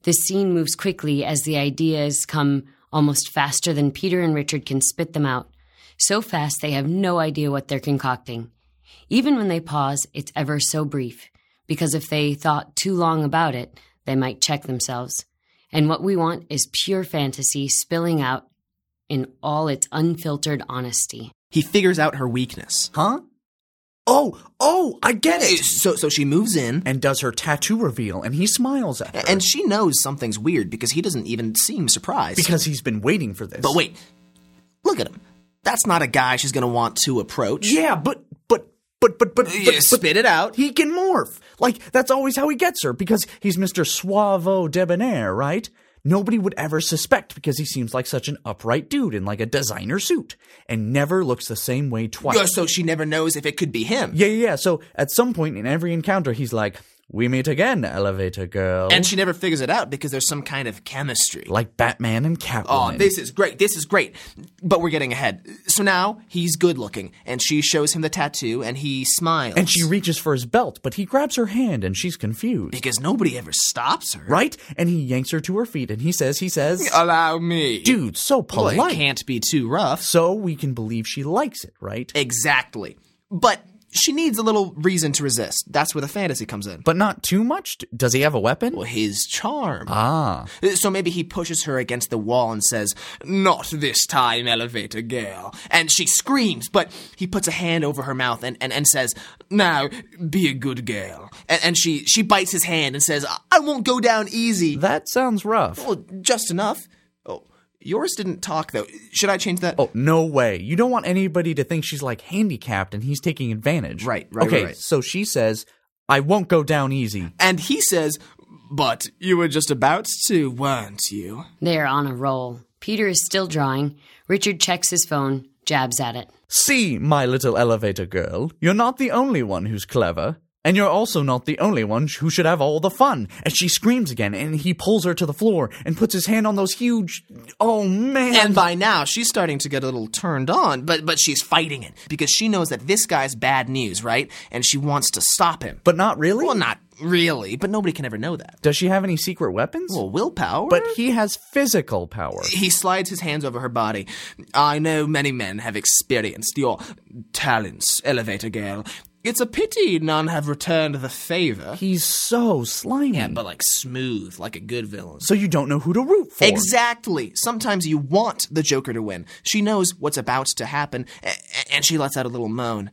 The scene moves quickly as the ideas come almost faster than Peter and Richard can spit them out. So fast they have no idea what they're concocting. Even when they pause, it's ever so brief, because if they thought too long about it, they might check themselves. And what we want is pure fantasy spilling out in all its unfiltered honesty. He figures out her weakness. Huh? Oh, oh, I get it! So so she moves in, And does her tattoo reveal, and he smiles at her. and she knows something's weird because he doesn't even seem surprised. because he's been waiting for this. But wait, look at him. That's not a guy she's going to want to approach. Yeah, but but but but but, but, Yeah, but- spit it out. He can morph. Like that's always how he gets her because he's Mr. Suavo debonair, right? Nobody would ever suspect because he seems like such an upright dude in like a designer suit and never looks the same way twice. Uh, So she never knows if it could be him. yeah, yeah, yeah. So at some point in every encounter, he's like, "We meet again, elevator girl," And she never figures it out because there's some kind of chemistry. like Batman and Oh, Catwoman. this is great. This is great. But we're getting ahead. So now he's good looking, and she shows him the tattoo, and he smiles. and she reaches for his belt, but he grabs her hand, and she's confused, because nobody ever stops her. right? And he yanks her to her feet, and he says, "He says, Allow me. dude, so Well, polite." it can't be too rough. so we can believe she likes it, right? Exactly. But she needs a little reason to resist. That's where the fantasy comes in. But not too much? D- Does he have a weapon? Well, his charm. Ah. So maybe he pushes her against the wall and says, Not this time, elevator girl. And she screams, but he puts a hand over her mouth and, and, and says, Now, be a good girl. And, and she, she bites his hand and says, "I- I won't go down easy. That sounds rough. well, just enough. Oh, yours didn't talk, though. Should I change that? Oh, no way. You don't want anybody to think she's like handicapped and he's taking advantage. Right, right, Okay, right, right. so she says, I won't go down easy. And he says, But you were just about to, weren't you? They're on a roll. Peter is still drawing. Richard checks his phone, jabs at it. See, my little elevator girl, you're not the only one who's clever. And you're also not the only one sh- who should have all the fun. And she screams again, and he pulls her to the floor and puts his hand on those huge. Oh, man. And by now, she's starting to get a little turned on, but but she's fighting it because she knows that this guy's bad news, right? And she wants to stop him. but not really? well, not really, but nobody can ever know that. Does she have any secret weapons? Well, willpower. but he has physical power. he slides his hands over her body. I know many men have experienced your talents, elevator girl. It's a pity none have returned the favor. He's so slimy. but like smooth, like a good villain. so you don't know who to root for. Exactly. Sometimes you want the Joker to win. She knows what's about to happen, a- a- and she lets out a little moan.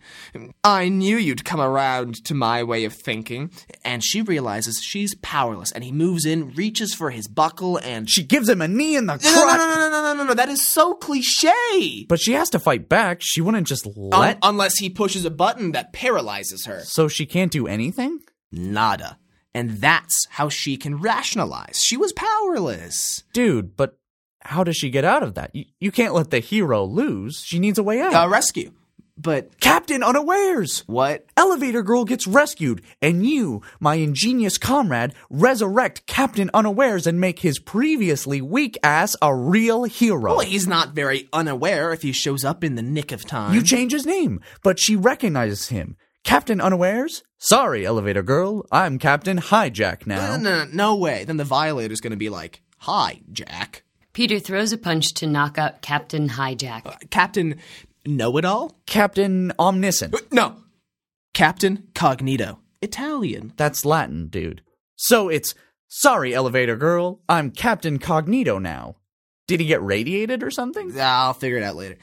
I knew you'd come around to my way of thinking. And she realizes she's powerless, and he moves in, reaches for his buckle, and She gives him a knee in the No, crotch. no, no, no, no, no, no, no, no. That is so cliche. But she has to fight back. She wouldn't just Un- let. unless he pushes a button that paralyzes her. so she can't do anything? Nada. And that's how she can rationalize. She was powerless. Dude, but how does she get out of that? You, you can't let the hero lose. She needs a way out. Uh, rescue. But Captain unawares! what? Elevator Girl gets rescued, and you, my ingenious comrade, resurrect Captain Unawares and make his previously weak ass a real hero. Well, he's not very unaware if he shows up in the nick of time. You change his name, but she recognizes him. Captain Unawares? Sorry, Elevator Girl. I'm Captain Hijack No, now. no, no, no way. Then the violator's going to be like, "Hi, Jack, Peter throws a punch to knock out Captain Hijack. Captain Know It All." Captain Omniscient. No, Captain Cognito, Italian. That's Latin, dude. So it's, sorry, Elevator Girl. I'm Captain Cognito now. Did he get radiated or something? I'll figure it out later.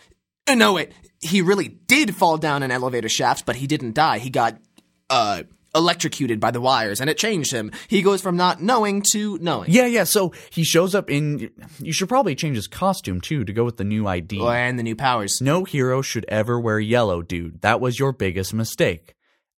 Uh, No, wait. He really did fall down an elevator shaft, but he didn't die. He got uh electrocuted by the wires, and it changed him. He goes from not knowing to knowing. Yeah, yeah, so he shows up in. You should probably change his costume, too, to go with the new ID. Oh, And the new powers. No hero should ever wear yellow, dude. That was your biggest mistake.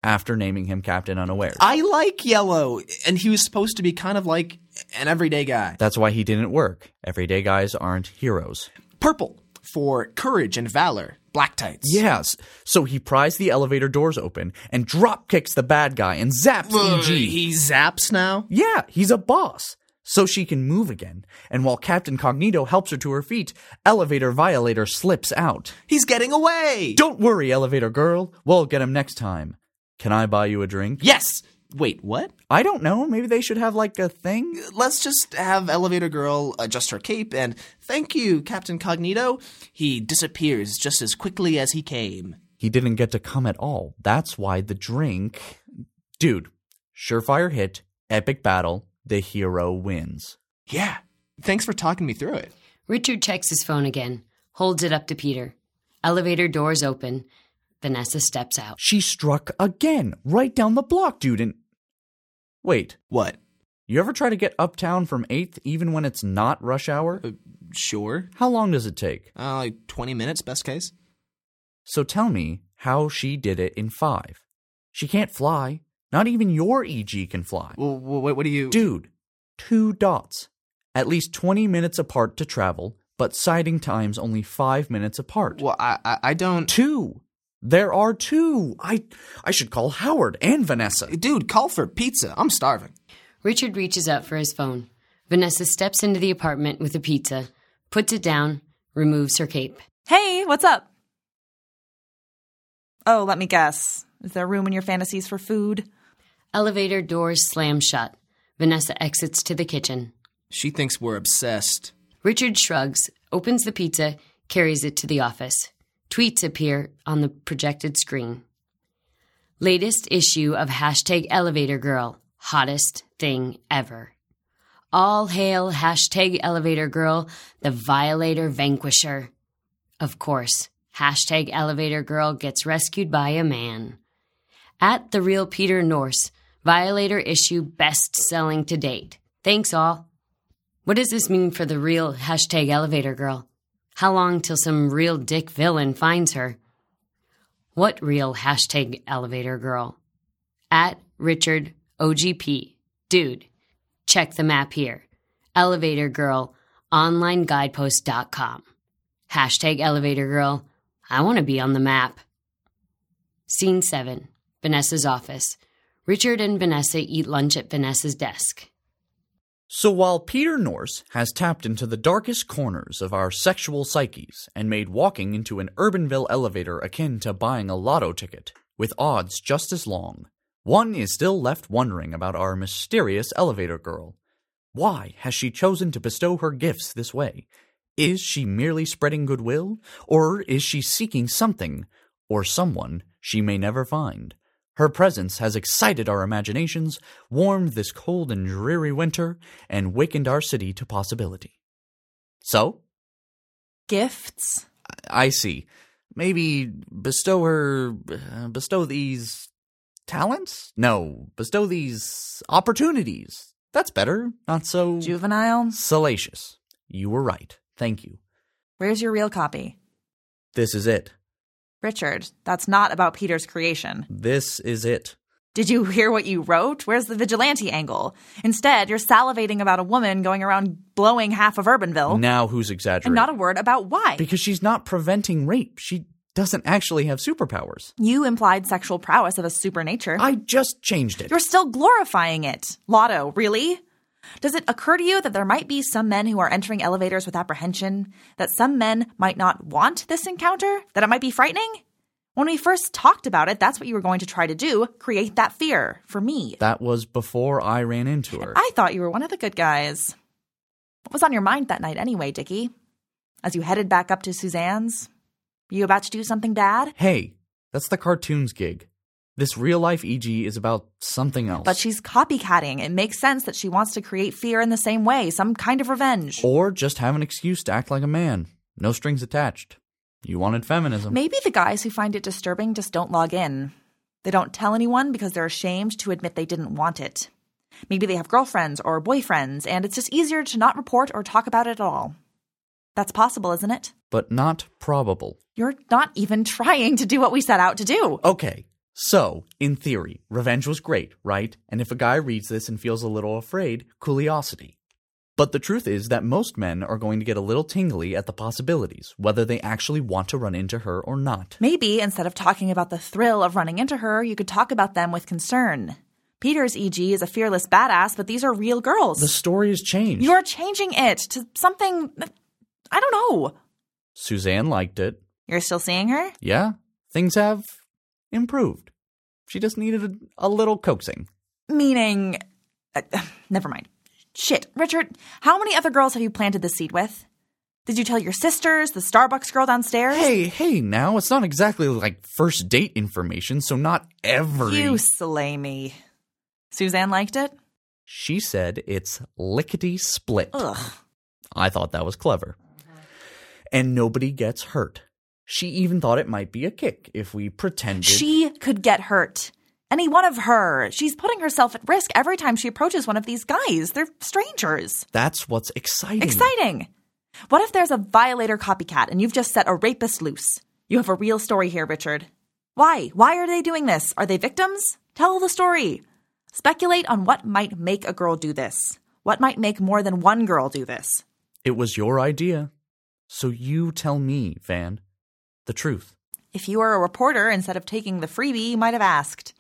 After naming him Captain Unawares. I like yellow, and he was supposed to be kind of like an everyday guy. That's why he didn't work. Everyday guys aren't heroes. Purple for courage and valor. Black tights. Yes. So he pries the elevator doors open and drop kicks the bad guy and zaps Ugh, EG. He zaps now. yeah, he's a boss. So she can move again. And while Captain Cognito helps her to her feet, Elevator Violator slips out. He's getting away. Don't worry, Elevator Girl. We'll get him next time. Can I buy you a drink? yes. Wait, what? I don't know. Maybe they should have like a thing? Let's just have Elevator Girl adjust her cape and thank you, Captain Cognito. He disappears just as quickly as he came. He didn't get to come at all. That's why the drink. Dude, surefire hit, epic battle, the hero wins. Yeah. Thanks for talking me through it. Richard checks his phone again, holds it up to Peter. Elevator doors open. Vanessa steps out. She struck again, right down the block, dude. And wait, What? you ever try to get uptown from 8th even when it's not rush hour? Uh, Sure. How long does it take? Uh, like 20 minutes, best case. So tell me how she did it in 5. She can't fly. Not even your EG can fly. Well, what, what do you. Dude, two dots. At least 20 minutes apart to travel, but sighting times only 5 minutes apart. Well, I, I, I don't. Two. There are two. I I should call Howard and Vanessa. Dude, call for pizza. I'm starving. Richard reaches out for his phone. Vanessa steps into the apartment with a pizza, puts it down, removes her cape. Hey, what's up? Oh, let me guess. Is there room in your fantasies for food? Elevator doors slam shut. Vanessa exits to the kitchen. She thinks we're obsessed. Richard shrugs, opens the pizza, carries it to the office. Tweets appear on the projected screen. Latest issue of hashtag elevator girl, hottest thing ever. All hail hashtag elevator girl, the violator vanquisher. Of course, hashtag elevator girl gets rescued by a man. At the real Peter Norse, violator issue best selling to date. Thanks all. What does this mean for the real hashtag elevator girl? How long till some real dick villain finds her? What real hashtag elevator girl? At Richard OGP. Dude, check the map here. Elevator girl, onlineguidepost.com. Hashtag elevator girl, I want to be on the map. Scene 7 Vanessa's office. Richard and Vanessa eat lunch at Vanessa's desk. So while Peter Norse has tapped into the darkest corners of our sexual psyches and made walking into an Urbanville elevator akin to buying a lotto ticket, with odds just as long, one is still left wondering about our mysterious elevator girl. Why has she chosen to bestow her gifts this way? Is she merely spreading goodwill, or is she seeking something or someone she may never find? Her presence has excited our imaginations, warmed this cold and dreary winter, and wakened our city to possibility. So, Gifts? I see. Maybe bestow her. uh, bestow these. talents? No, bestow these opportunities. That's better. Not so. Juvenile? Salacious. You were right. Thank you. Where's your real copy? This is it. Richard, that's not about Peter's creation. This is it. Did you hear what you wrote? Where's the vigilante angle? Instead, you're salivating about a woman going around blowing half of Urbanville, Now who's exaggerating? and not a word about why. because she's not preventing rape. She doesn't actually have superpowers. you implied sexual prowess of a supernature. I just changed it. You're still glorifying it. Lotto, really? Does it occur to you that there might be some men who are entering elevators with apprehension? That some men might not want this encounter? That it might be frightening? When we first talked about it, that's what you were going to try to do create that fear for me. That was before I ran into her. I thought you were one of the good guys. What was on your mind that night anyway, Dickie? As you headed back up to Suzanne's? You about to do something bad? Hey, that's the cartoons gig. This real life EG is about something else. But she's copycatting. It makes sense that she wants to create fear in the same way, some kind of revenge. Or just have an excuse to act like a man. No strings attached. You wanted feminism. Maybe the guys who find it disturbing just don't log in. They don't tell anyone because they're ashamed to admit they didn't want it. Maybe they have girlfriends or boyfriends, and it's just easier to not report or talk about it at all. That's possible, isn't it? but not probable. You're not even trying to do what we set out to do. Okay, so, in theory, revenge was great, right? And if a guy reads this and feels a little afraid, curiosity. But the truth is that most men are going to get a little tingly at the possibilities, whether they actually want to run into her or not. Maybe instead of talking about the thrill of running into her, you could talk about them with concern. Peter's EG is a fearless badass, but these are real girls. The story has changed. You're changing it to something. I don't know. Suzanne liked it. You're still seeing her? Yeah, things have improved. She just needed a, a little coaxing. Meaning. Uh, never mind. Shit. Richard, how many other girls have you planted this seed with? Did you tell your sisters, the Starbucks girl downstairs? Hey, hey, now, it's not exactly like first date information, so not every. You slay me. Suzanne liked it? She said it's lickety split. Ugh. I thought that was clever. And nobody gets hurt. She even thought it might be a kick if we pretended. She could get hurt. Any one of her. She's putting herself at risk every time she approaches one of these guys. They're strangers. That's what's exciting. Exciting. What if there's a violator copycat and you've just set a rapist loose? You have a real story here, Richard. Why? Why are they doing this? Are they victims? Tell the story. Speculate on what might make a girl do this. What might make more than one girl do this? It was your idea. So you tell me, Van, the truth. If you were a reporter, instead of taking the freebie, you might have asked.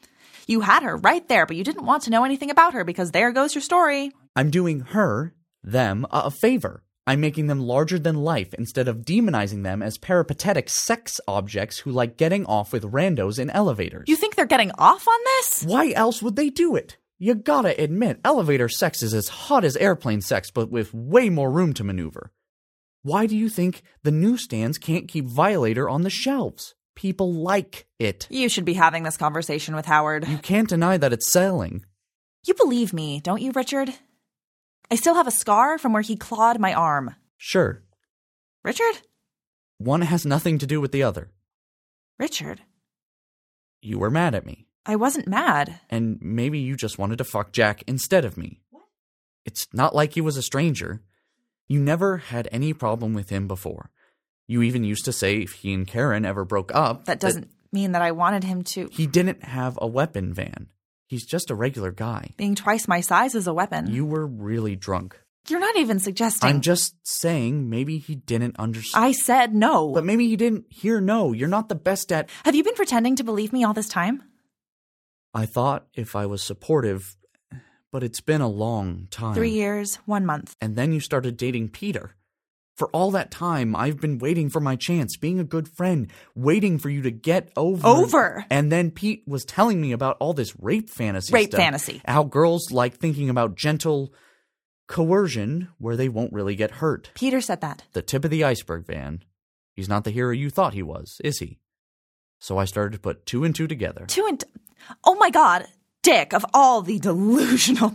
You had her right there, but you didn't want to know anything about her because there goes your story. I'm doing her, them, a, a favor. I'm making them larger than life instead of demonizing them as peripatetic sex objects who like getting off with randos in elevators. You think they're getting off on this? Why else would they do it? You gotta admit, elevator sex is as hot as airplane sex, but with way more room to maneuver. Why do you think the newsstands can't keep Violator on the shelves? People like it. You should be having this conversation with Howard. You can't deny that it's selling. You believe me, don't you, Richard? I still have a scar from where he clawed my arm. Sure, Richard? one has nothing to do with the other. Richard, You were mad at me, I wasn't mad. and maybe you just wanted to fuck Jack instead of me. It's not like he was a stranger. You never had any problem with him before. You even used to say if he and Karen ever broke up, That doesn't mean that I wanted him to. He didn't have a weapon, Van. He's just a regular guy. Being twice my size is a weapon. You were really drunk. You're not even suggesting. I'm just saying maybe he didn't understand. I said no. But maybe he didn't hear no. You're not the best at. Have you been pretending to believe me all this time? I thought if I was supportive, but it's been a long time. Three years, one month. And then you started dating Peter. For all that time, I've been waiting for my chance, being a good friend, waiting for you to get over. Over? And then Pete was telling me about all this rape fantasy Rape stuff. fantasy. How girls like thinking about gentle coercion where they won't really get hurt. Peter said that. The tip of the iceberg, Van. He's not the hero you thought he was, is he? So I started to put two and two together. Two and. Oh my god, Dick, of all the delusional.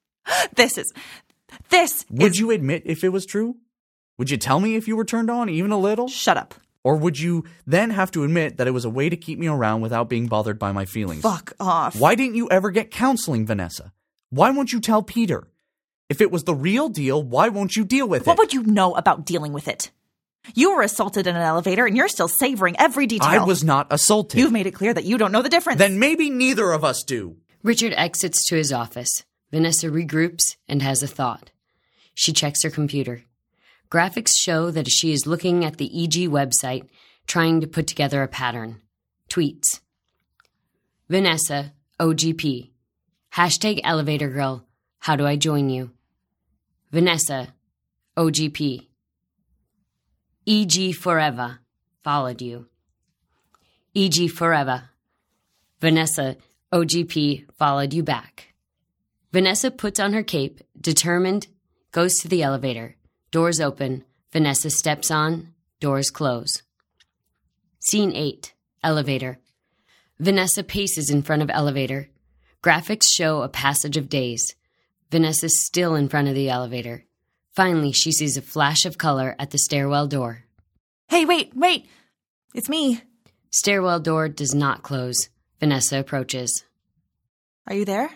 this is. This Would is. you admit if it was true? Would you tell me if you were turned on, even a little? Shut up. Or would you then have to admit that it was a way to keep me around without being bothered by my feelings? Fuck off. Why didn't you ever get counseling, Vanessa? Why won't you tell Peter? If it was the real deal, why won't you deal with What it? would you know about dealing with it? You were assaulted in an elevator and you're still savoring every detail. I was not assaulted. You've made it clear that you don't know the difference. then maybe neither of us do. Richard exits to his office. Vanessa regroups and has a thought. She checks her computer. Graphics show that she is looking at the EG website, trying to put together a pattern. Tweets Vanessa, OGP. Hashtag elevator girl. How do I join you? Vanessa, E OGP. EG forever. Followed you. EG E forever. Vanessa, OGP, followed you back. Vanessa puts on her cape, determined, goes to the elevator. Doors open. Vanessa steps on. Doors close. Scene 8 Elevator. Vanessa paces in front of elevator. Graphics show a passage of days. Vanessa's still in front of the elevator. Finally, she sees a flash of color at the stairwell door. Hey, wait, wait! It's me. Stairwell door does not close. Vanessa approaches. Are you there?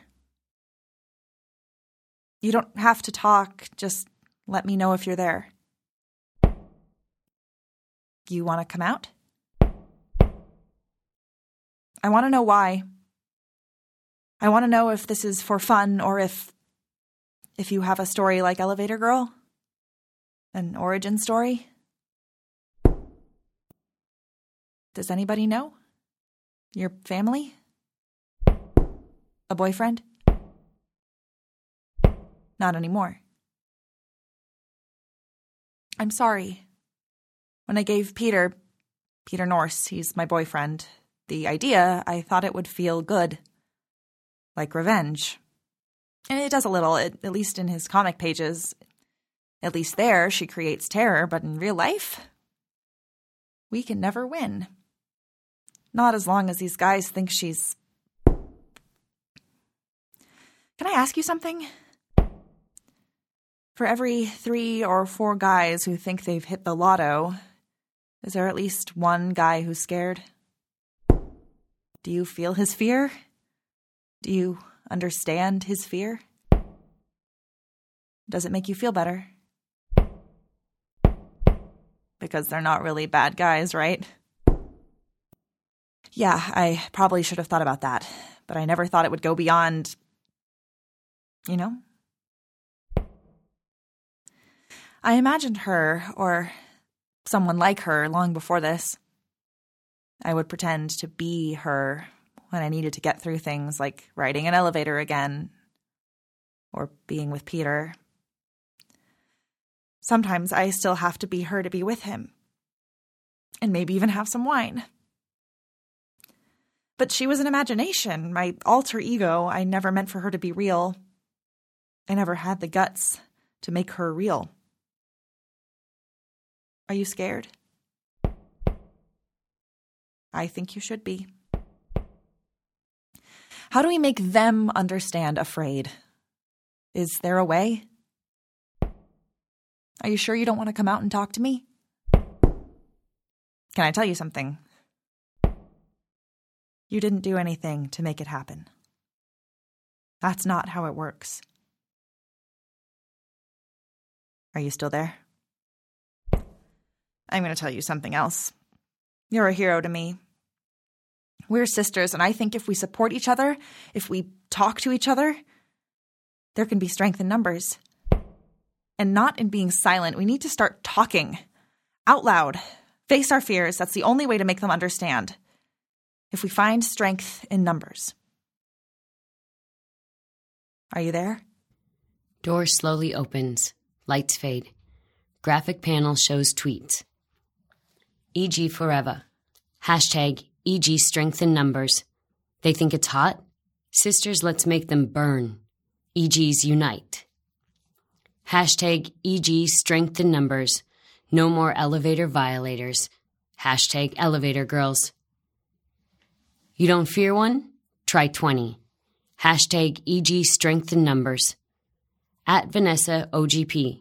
You don't have to talk. Just let me know if you're there. You want to come out? I want to know why. I want to know if this is for fun or if if you have a story like Elevator Girl, an origin story. Does anybody know? Your family? A boyfriend? Not anymore. I'm sorry. When I gave Peter, Peter Norse, he's my boyfriend, the idea, I thought it would feel good. Like revenge. And it does a little, at, at least in his comic pages. At least there, she creates terror, but in real life, we can never win. Not as long as these guys think she's. Can I ask you something? For every three or four guys who think they've hit the lotto, is there at least one guy who's scared? Do you feel his fear? Do you understand his fear? Does it make you feel better? Because they're not really bad guys, right? Yeah, I probably should have thought about that, but I never thought it would go beyond. You know? I imagined her, or someone like her, long before this. I would pretend to be her when I needed to get through things like riding an elevator again or being with Peter. Sometimes I still have to be her to be with him and maybe even have some wine. But she was an imagination, my alter ego. I never meant for her to be real. I never had the guts to make her real. Are you scared? I think you should be. How do we make them understand afraid? Is there a way? Are you sure you don't want to come out and talk to me? Can I tell you something? You didn't do anything to make it happen. That's not how it works. Are you still there? I'm going to tell you something else. You're a hero to me. We're sisters, and I think if we support each other, if we talk to each other, there can be strength in numbers. And not in being silent. We need to start talking out loud, face our fears. That's the only way to make them understand. If we find strength in numbers. Are you there? Door slowly opens. Lights fade. Graphic panel shows tweets. EG forever. Hashtag EG strength in numbers. They think it's hot? Sisters, let's make them burn. EG's unite. Hashtag EG strength in numbers. No more elevator violators. Hashtag elevator girls. You don't fear one? Try 20. Hashtag EG strength in numbers. At Vanessa OGP.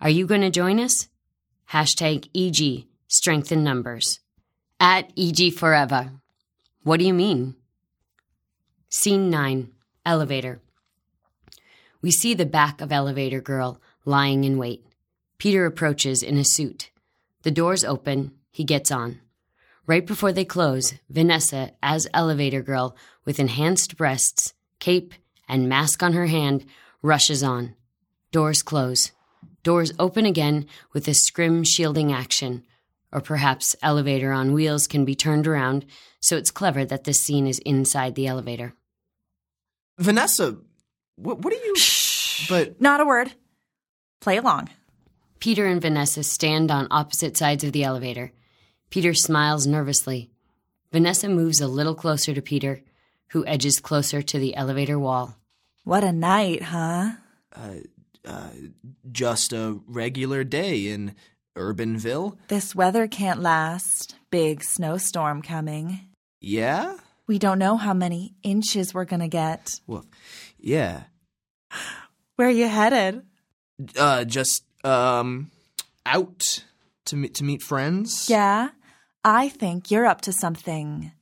Are you going to join us? Hashtag EG strength in numbers. At EG Forever. What do you mean? Scene 9 Elevator. We see the back of Elevator Girl lying in wait. Peter approaches in a suit. The doors open, he gets on. Right before they close, Vanessa, as Elevator Girl, with enhanced breasts, cape, and mask on her hand, rushes on. Doors close. Doors open again with a scrim shielding action. Or perhaps elevator on wheels can be turned around, so it's clever that this scene is inside the elevator. Vanessa, what, what are you? But Not a word. Play along. Peter and Vanessa stand on opposite sides of the elevator. Peter smiles nervously. Vanessa moves a little closer to Peter, who edges closer to the elevator wall. What a night, huh? Just a regular day in Urbanville. This weather can't last. Big snowstorm coming. Yeah? We don't know how many inches we're gonna get. Well, yeah. Where are you headed? Uh, just, um, out to, meet to meet friends. Yeah, I think you're up to something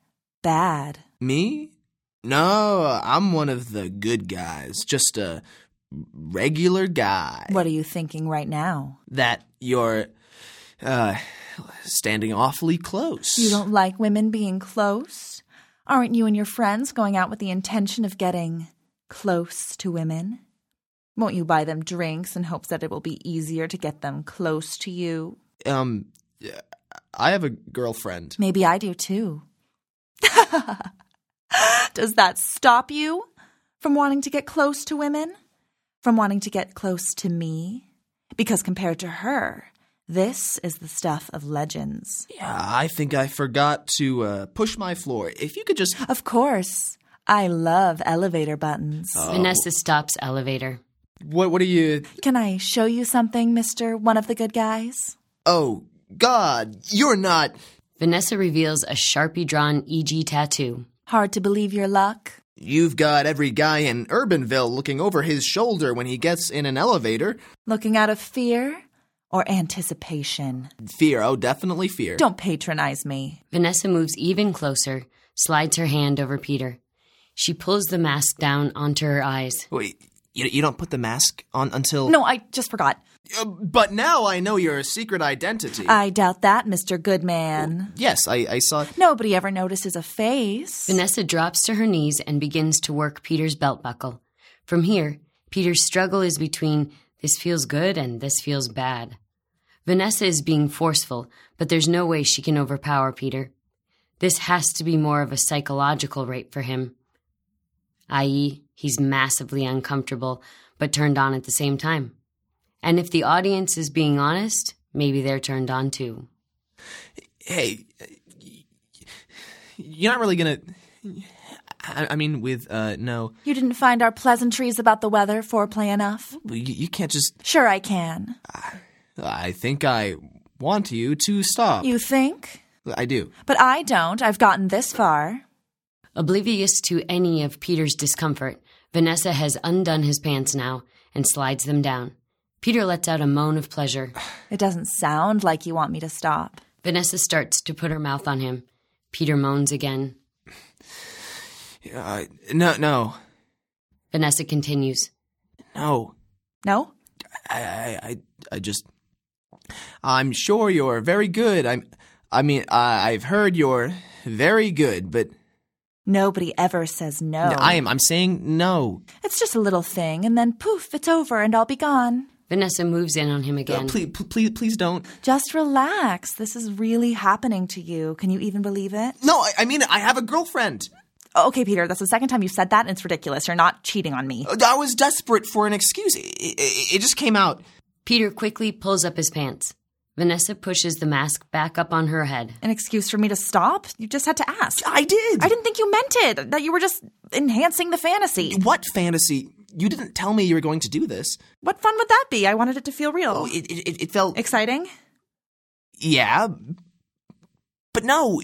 bad. Me? No, I'm one of the good guys. Just a regular guy. What are you thinking right now? That you're uh, standing awfully close. You don't like women being close? Aren't you and your friends going out with the intention of getting close to women? Won't you buy them drinks in hopes that it will be easier to get them close to you? Um, I have a girlfriend. Maybe I do too. Does that stop you from wanting to get close to women? From wanting to get close to me? Because compared to her, this is the stuff of legends. Uh, I think I forgot to uh, push my floor. If you could just. Of course, I love elevator buttons. Oh. Vanessa stops elevator. What, what are you. Can I show you something, Mr. One of the Good Guys? Oh, God, you're not. Vanessa reveals a sharpie drawn EG tattoo. Hard to believe your luck. You've got every guy in Urbanville looking over his shoulder when he gets in an elevator. Looking out of fear or anticipation? Fear. Oh, definitely fear. Don't patronize me. Vanessa moves even closer, slides her hand over Peter. She pulls the mask down onto her eyes. Wait, you, you don't put the mask on until. No, I just forgot. Uh, but now I know your secret identity. I doubt that, Mr. Goodman. yes, I, I saw. Nobody ever notices a face. Vanessa drops to her knees and begins to work Peter's belt buckle. From here, Peter's struggle is between this feels good and this feels bad. Vanessa is being forceful, but there's no way she can overpower Peter. This has to be more of a psychological rape for him, i.e., he's massively uncomfortable, but turned on at the same time. And if the audience is being honest, maybe they're turned on too. Hey, uh, y- you're not really gonna. I, I mean, with uh, no, You didn't find our pleasantries about the weather foreplay enough? you, you can't just. Sure, I can. I think I want you to stop. You think? I do. But I don't. I've gotten this far. Oblivious to any of Peter's discomfort, Vanessa has undone his pants now and slides them down. Peter lets out a moan of pleasure. It doesn't sound like you want me to stop. Vanessa starts to put her mouth on him. Peter moans again. Uh, no, no, Vanessa continues. no. No? I, I, I, I just. I'm sure you're very good. I'm. I mean, I, I've heard you're very good, but Nobody ever says no. I am. I'm saying no. It's just a little thing, and then poof, it's over, and I'll be gone. Vanessa moves in on him again. Uh, please, please, please don't. Just relax. This is really happening to you. Can you even believe it? No, I, I mean, I have a girlfriend. Okay, Peter, that's the second time you've said that, and it's ridiculous. You're not cheating on me. I was desperate for an excuse. It, it, it just came out. Peter quickly pulls up his pants. Vanessa pushes the mask back up on her head. An excuse for me to stop? You just had to ask. I did. I didn't think you meant it, that you were just enhancing the fantasy. What fantasy? You didn't tell me you were going to do this. What fun would that be? I wanted it to feel real. Oh, it, it, it- it felt. Exciting? yeah. But no.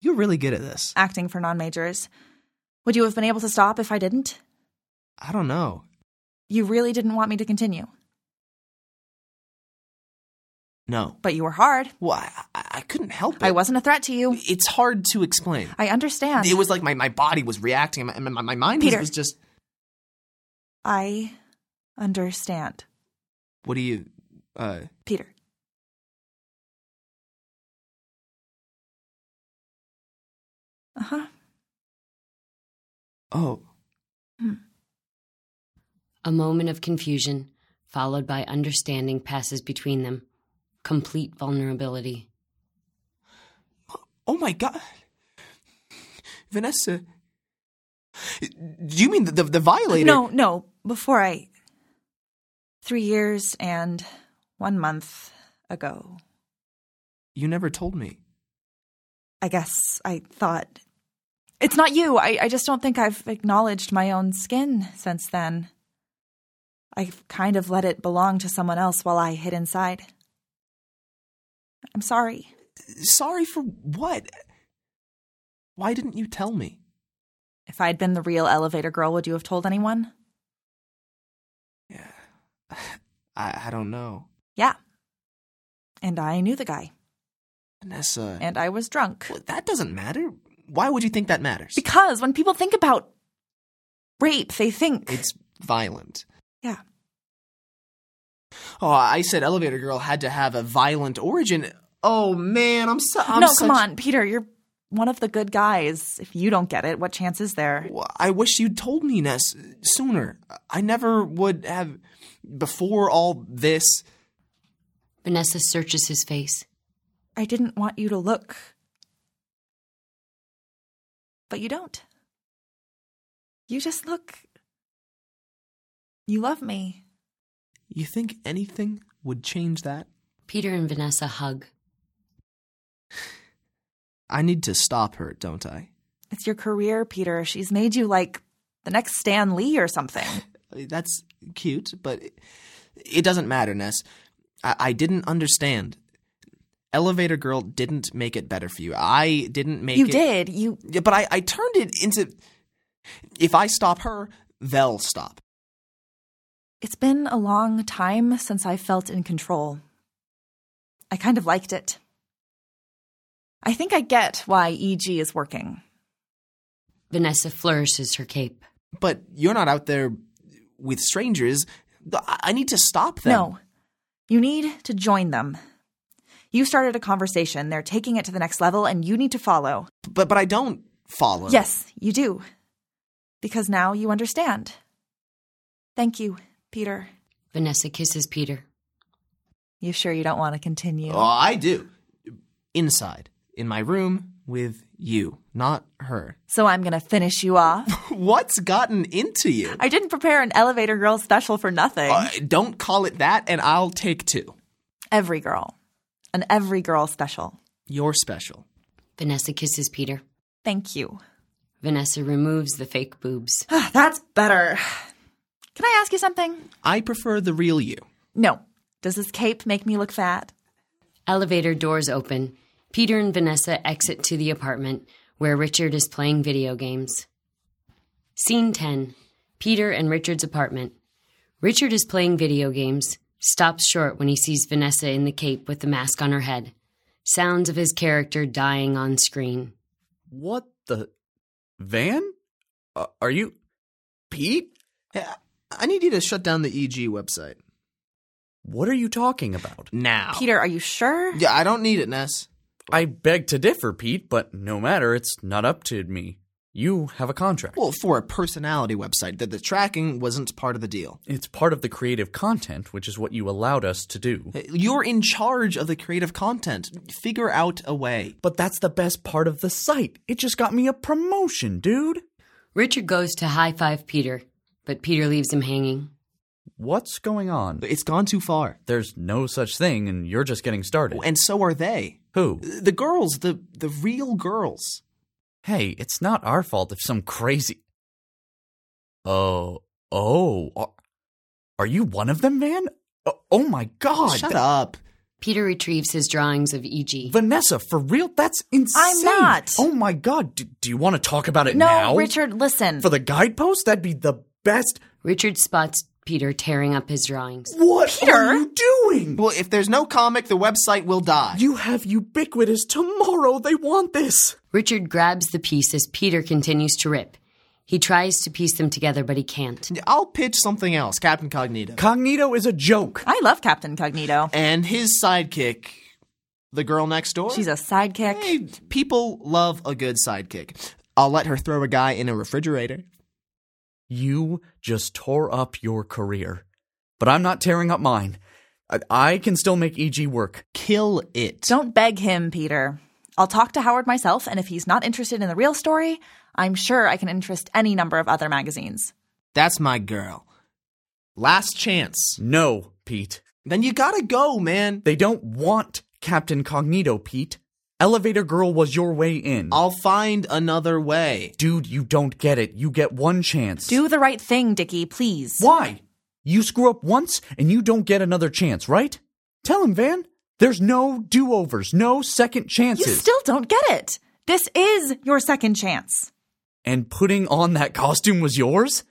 You're really good at this. Acting for non majors. Would you have been able to stop if I didn't? I don't know. You really didn't want me to continue, No. but you were hard. Well, I, I I couldn't help it. I wasn't a threat to you. It's hard to explain. I understand. It was like my, my body was reacting. My, my, my mind was- Peter. was just. I understand. What do you. Uh, Peter. Uh huh. oh. A moment of confusion, followed by understanding, passes between them. Complete vulnerability. Oh my god. Vanessa. Do you mean the, the, the violator? No, no. Before I. Three years and one month ago. You never told me. I guess I thought. It's not you. I, I just don't think I've acknowledged my own skin since then. I've kind of let it belong to someone else while I hid inside. I'm sorry. Sorry for what? Why didn't you tell me? If I'd been the real elevator girl, would you have told anyone? I, I don't know. Yeah. And I knew the guy. Vanessa. And I was drunk. Well, that doesn't matter. Why would you think that matters? Because when people think about rape, they think. it's violent. yeah. Oh, I said Elevator Girl had to have a violent origin. Oh, man, I'm so. I'm no, such- come on, Peter. You're one of the good guys. If you don't get it, what chance is there? Well, I wish you'd told me, Ness, sooner. I never would have. Before all this. Vanessa searches his face. I didn't want you to look. But you don't. You just look. You love me. You think anything would change that? Peter and Vanessa hug. I need to stop her, don't I? It's your career, Peter. She's made you like the next Stan Lee or something. That's cute, but it, it doesn't matter, Ness. I, I didn't understand. Elevator Girl didn't make it better for you. I didn't make you it. did. You Yeah, but I, I turned it into. If I stop her, they'll stop. It's been a long time since I felt in control. I kind of liked it. I think I get why EG is working. Vanessa flourishes her cape. But you're not out there with strangers. I I need to stop them. No, you need to join them. You started a conversation, they're taking it to the next level, and you need to follow. But but I don't follow. Yes, you do. Because now you understand. Thank you, Peter. Vanessa kisses Peter. You sure you don't want to continue? Oh, I do. Inside, in my room with you, not her. So I'm going to finish you off. What's gotten into you? I didn't prepare an elevator girl special for nothing. Uh, don't call it that, and I'll take two. every girl, an every girl special. You're special. Vanessa kisses Peter. Thank you. Vanessa removes the fake boobs. That's better. Can I ask you something? I prefer the real you. No. Does this cape make me look fat? Elevator doors open. Peter and Vanessa exit to the apartment where Richard is playing video games. Scene 10 Peter and Richard's apartment. Richard is playing video games, stops short when he sees Vanessa in the cape with the mask on her head. Sounds of his character dying on screen. What the van? Uh, are you Pete? Hey, I- I need you to shut down the EG website What are you talking about? now. Peter, are you sure? Yeah, I don't need it, Ness. I beg to differ, Pete, but no matter, it's not up to me. You have a contract. Well, for a personality website, that the tracking wasn't part of the deal. it's part of the creative content, which is what you allowed us to do. You're in charge of the creative content. Figure out a way. But that's the best part of the site. It just got me a promotion, dude. Richard goes to high five Peter, but Peter leaves him hanging. What's going on? It's gone too far. There's no such thing, and you're just getting started. And so are they. Who? The girls, the the real girls. Hey, it's not our fault if some crazy. Oh, oh, are, are you one of them, man? Oh, oh my God! Shut Th- up. Peter retrieves his drawings of E E.G. Vanessa, for real? That's insane. not. Oh my God! D- do you want to talk about it no, now? Richard, listen. For the guidepost, that'd be the best. Richard spots Peter tearing up his drawings. What are you doing? Well, if there's no comic, the website will die. You have ubiquitous tomorrow. They want this. Richard grabs the piece as Peter continues to rip. He tries to piece them together, but he can't. I'll pitch something else, Captain Cognito. Cognito is a joke. I love Captain Cognito. and his sidekick, the girl next door. She's a sidekick. Hey, people love a good sidekick. I'll let her throw a guy in a refrigerator. You just tore up your career. But I'm not tearing up mine. I, I can still make EG work. Kill it. Don't beg him, Peter. I'll talk to Howard myself, and if he's not interested in the real story, I'm sure I can interest any number of other magazines. That's my girl. Last chance. No, Pete. Then you gotta go, man. They don't want Captain Cognito, Pete. Elevator Girl was your way in. I'll find another way. Dude, you don't get it. You get one chance. Do the right thing, Dickie, please. Why? You screw up once and you don't get another chance, right? Tell him, Van. There's no do overs, no second You chances. still don't get it. This is your second chance. and putting on that costume was yours?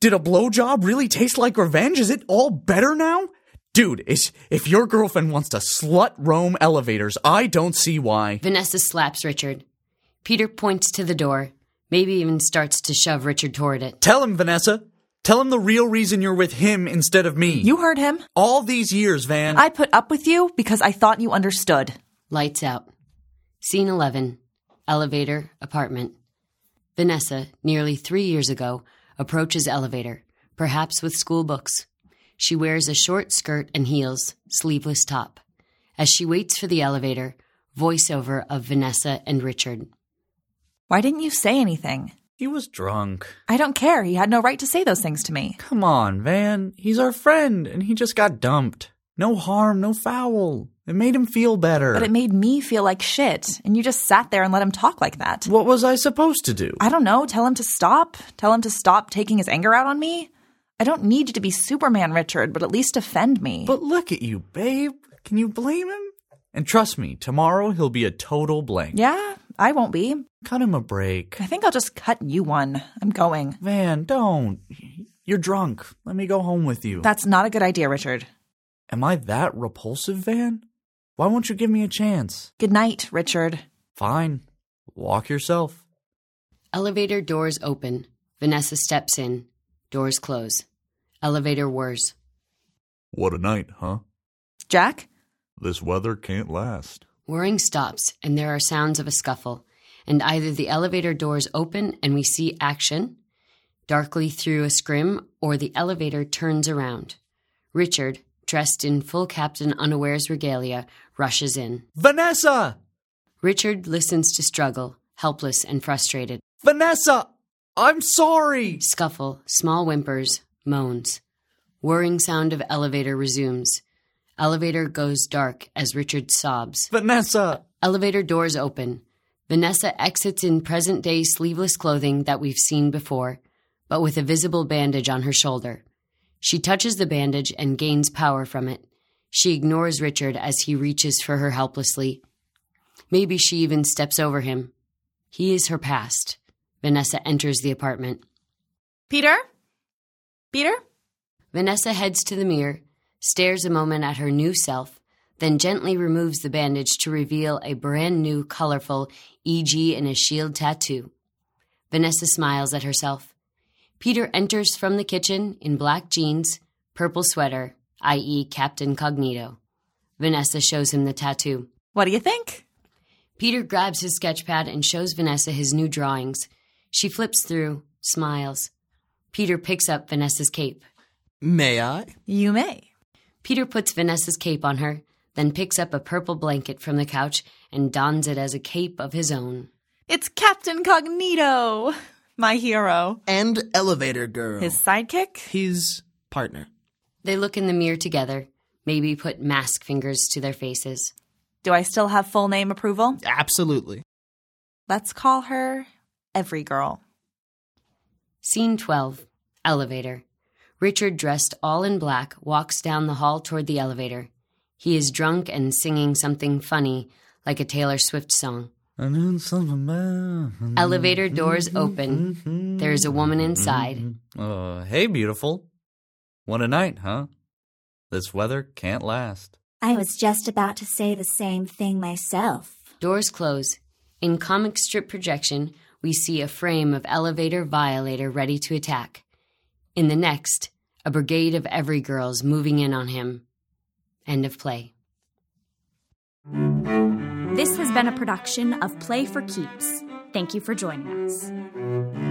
Did a blowjob really taste like revenge? Is it all better now? Dude, is, if your girlfriend wants to slut roam elevators, I don't see why. Vanessa slaps Richard. Peter points to the door, maybe even starts to shove Richard toward it. Tell him, Vanessa. Tell him the real reason you're with him instead of me. You heard him. all these years, Van. I put up with you because I thought you understood. Lights out. Scene 11 Elevator, apartment. Vanessa, nearly three years ago, approaches elevator, perhaps with school books. She wears a short skirt and heels, sleeveless top. As she waits for the elevator, voiceover of Vanessa and Richard. Why didn't you say anything? he was drunk. I don't care. He had no right to say those things to me. Come on, Van. He's our friend, and he just got dumped. No harm, no foul. It made him feel better. But it made me feel like shit, and you just sat there and let him talk like that. what was I supposed to do? I don't know. Tell him to stop. Tell him to stop taking his anger out on me. I don't need you to be Superman, Richard, but at least defend me. But look at you, babe. Can you blame him? And trust me, tomorrow he'll be a total blank. yeah, I won't be. Cut him a break. I think I'll just cut you one. I'm going. Van, don't. You're drunk. Let me go home with you. That's not a good idea, Richard. Am I that repulsive, Van? Why won't you give me a chance? Good night, Richard. Fine. Walk yourself. Elevator doors open. Vanessa steps in. Doors close. Elevator whirs. What a night, huh? Jack? This weather can't last. Whirring stops, and there are sounds of a scuffle, and either the elevator doors open and we see action, darkly through a scrim, or the elevator turns around. Richard, dressed in full Captain Unawares regalia, rushes in. Vanessa! Richard listens to struggle, helpless and frustrated. Vanessa! I'm sorry! Scuffle, small whimpers, moans. Whirring sound of elevator resumes. Elevator goes dark as Richard sobs. Vanessa! Elevator doors open. Vanessa exits in present day sleeveless clothing that we've seen before, but with a visible bandage on her shoulder. She touches the bandage and gains power from it. She ignores Richard as he reaches for her helplessly. Maybe she even steps over him. He is her past. Vanessa enters the apartment. Peter? Peter? Vanessa heads to the mirror, stares a moment at her new self, then gently removes the bandage to reveal a brand new, colorful EG and a shield tattoo. Vanessa smiles at herself. Peter enters from the kitchen in black jeans, purple sweater, i.e., Captain Cognito. Vanessa shows him the tattoo. What do you think? Peter grabs his sketchpad and shows Vanessa his new drawings. She flips through, smiles. Peter picks up Vanessa's cape. May I? You may. Peter puts Vanessa's cape on her, then picks up a purple blanket from the couch and dons it as a cape of his own. It's Captain Cognito, my hero. And Elevator Girl. His sidekick? his partner. They look in the mirror together, maybe put mask fingers to their faces. Do I still have full name approval? Absolutely. Let's call her Every Girl. Scene 12 Elevator. Richard, dressed all in black, walks down the hall toward the elevator. He is drunk and singing something funny, like a Taylor Swift song. I knew something about- Elevator doors Mm-hmm. open. There is a woman inside. Uh, hey, beautiful. What a night, huh? This weather can't last. I was just about to say the same thing myself. Doors close. In comic strip projection, we see a frame of elevator violator ready to attack. In the next, a brigade of every girls moving in on him. End of play. This has been a production of Play for Keeps. Thank you for joining us.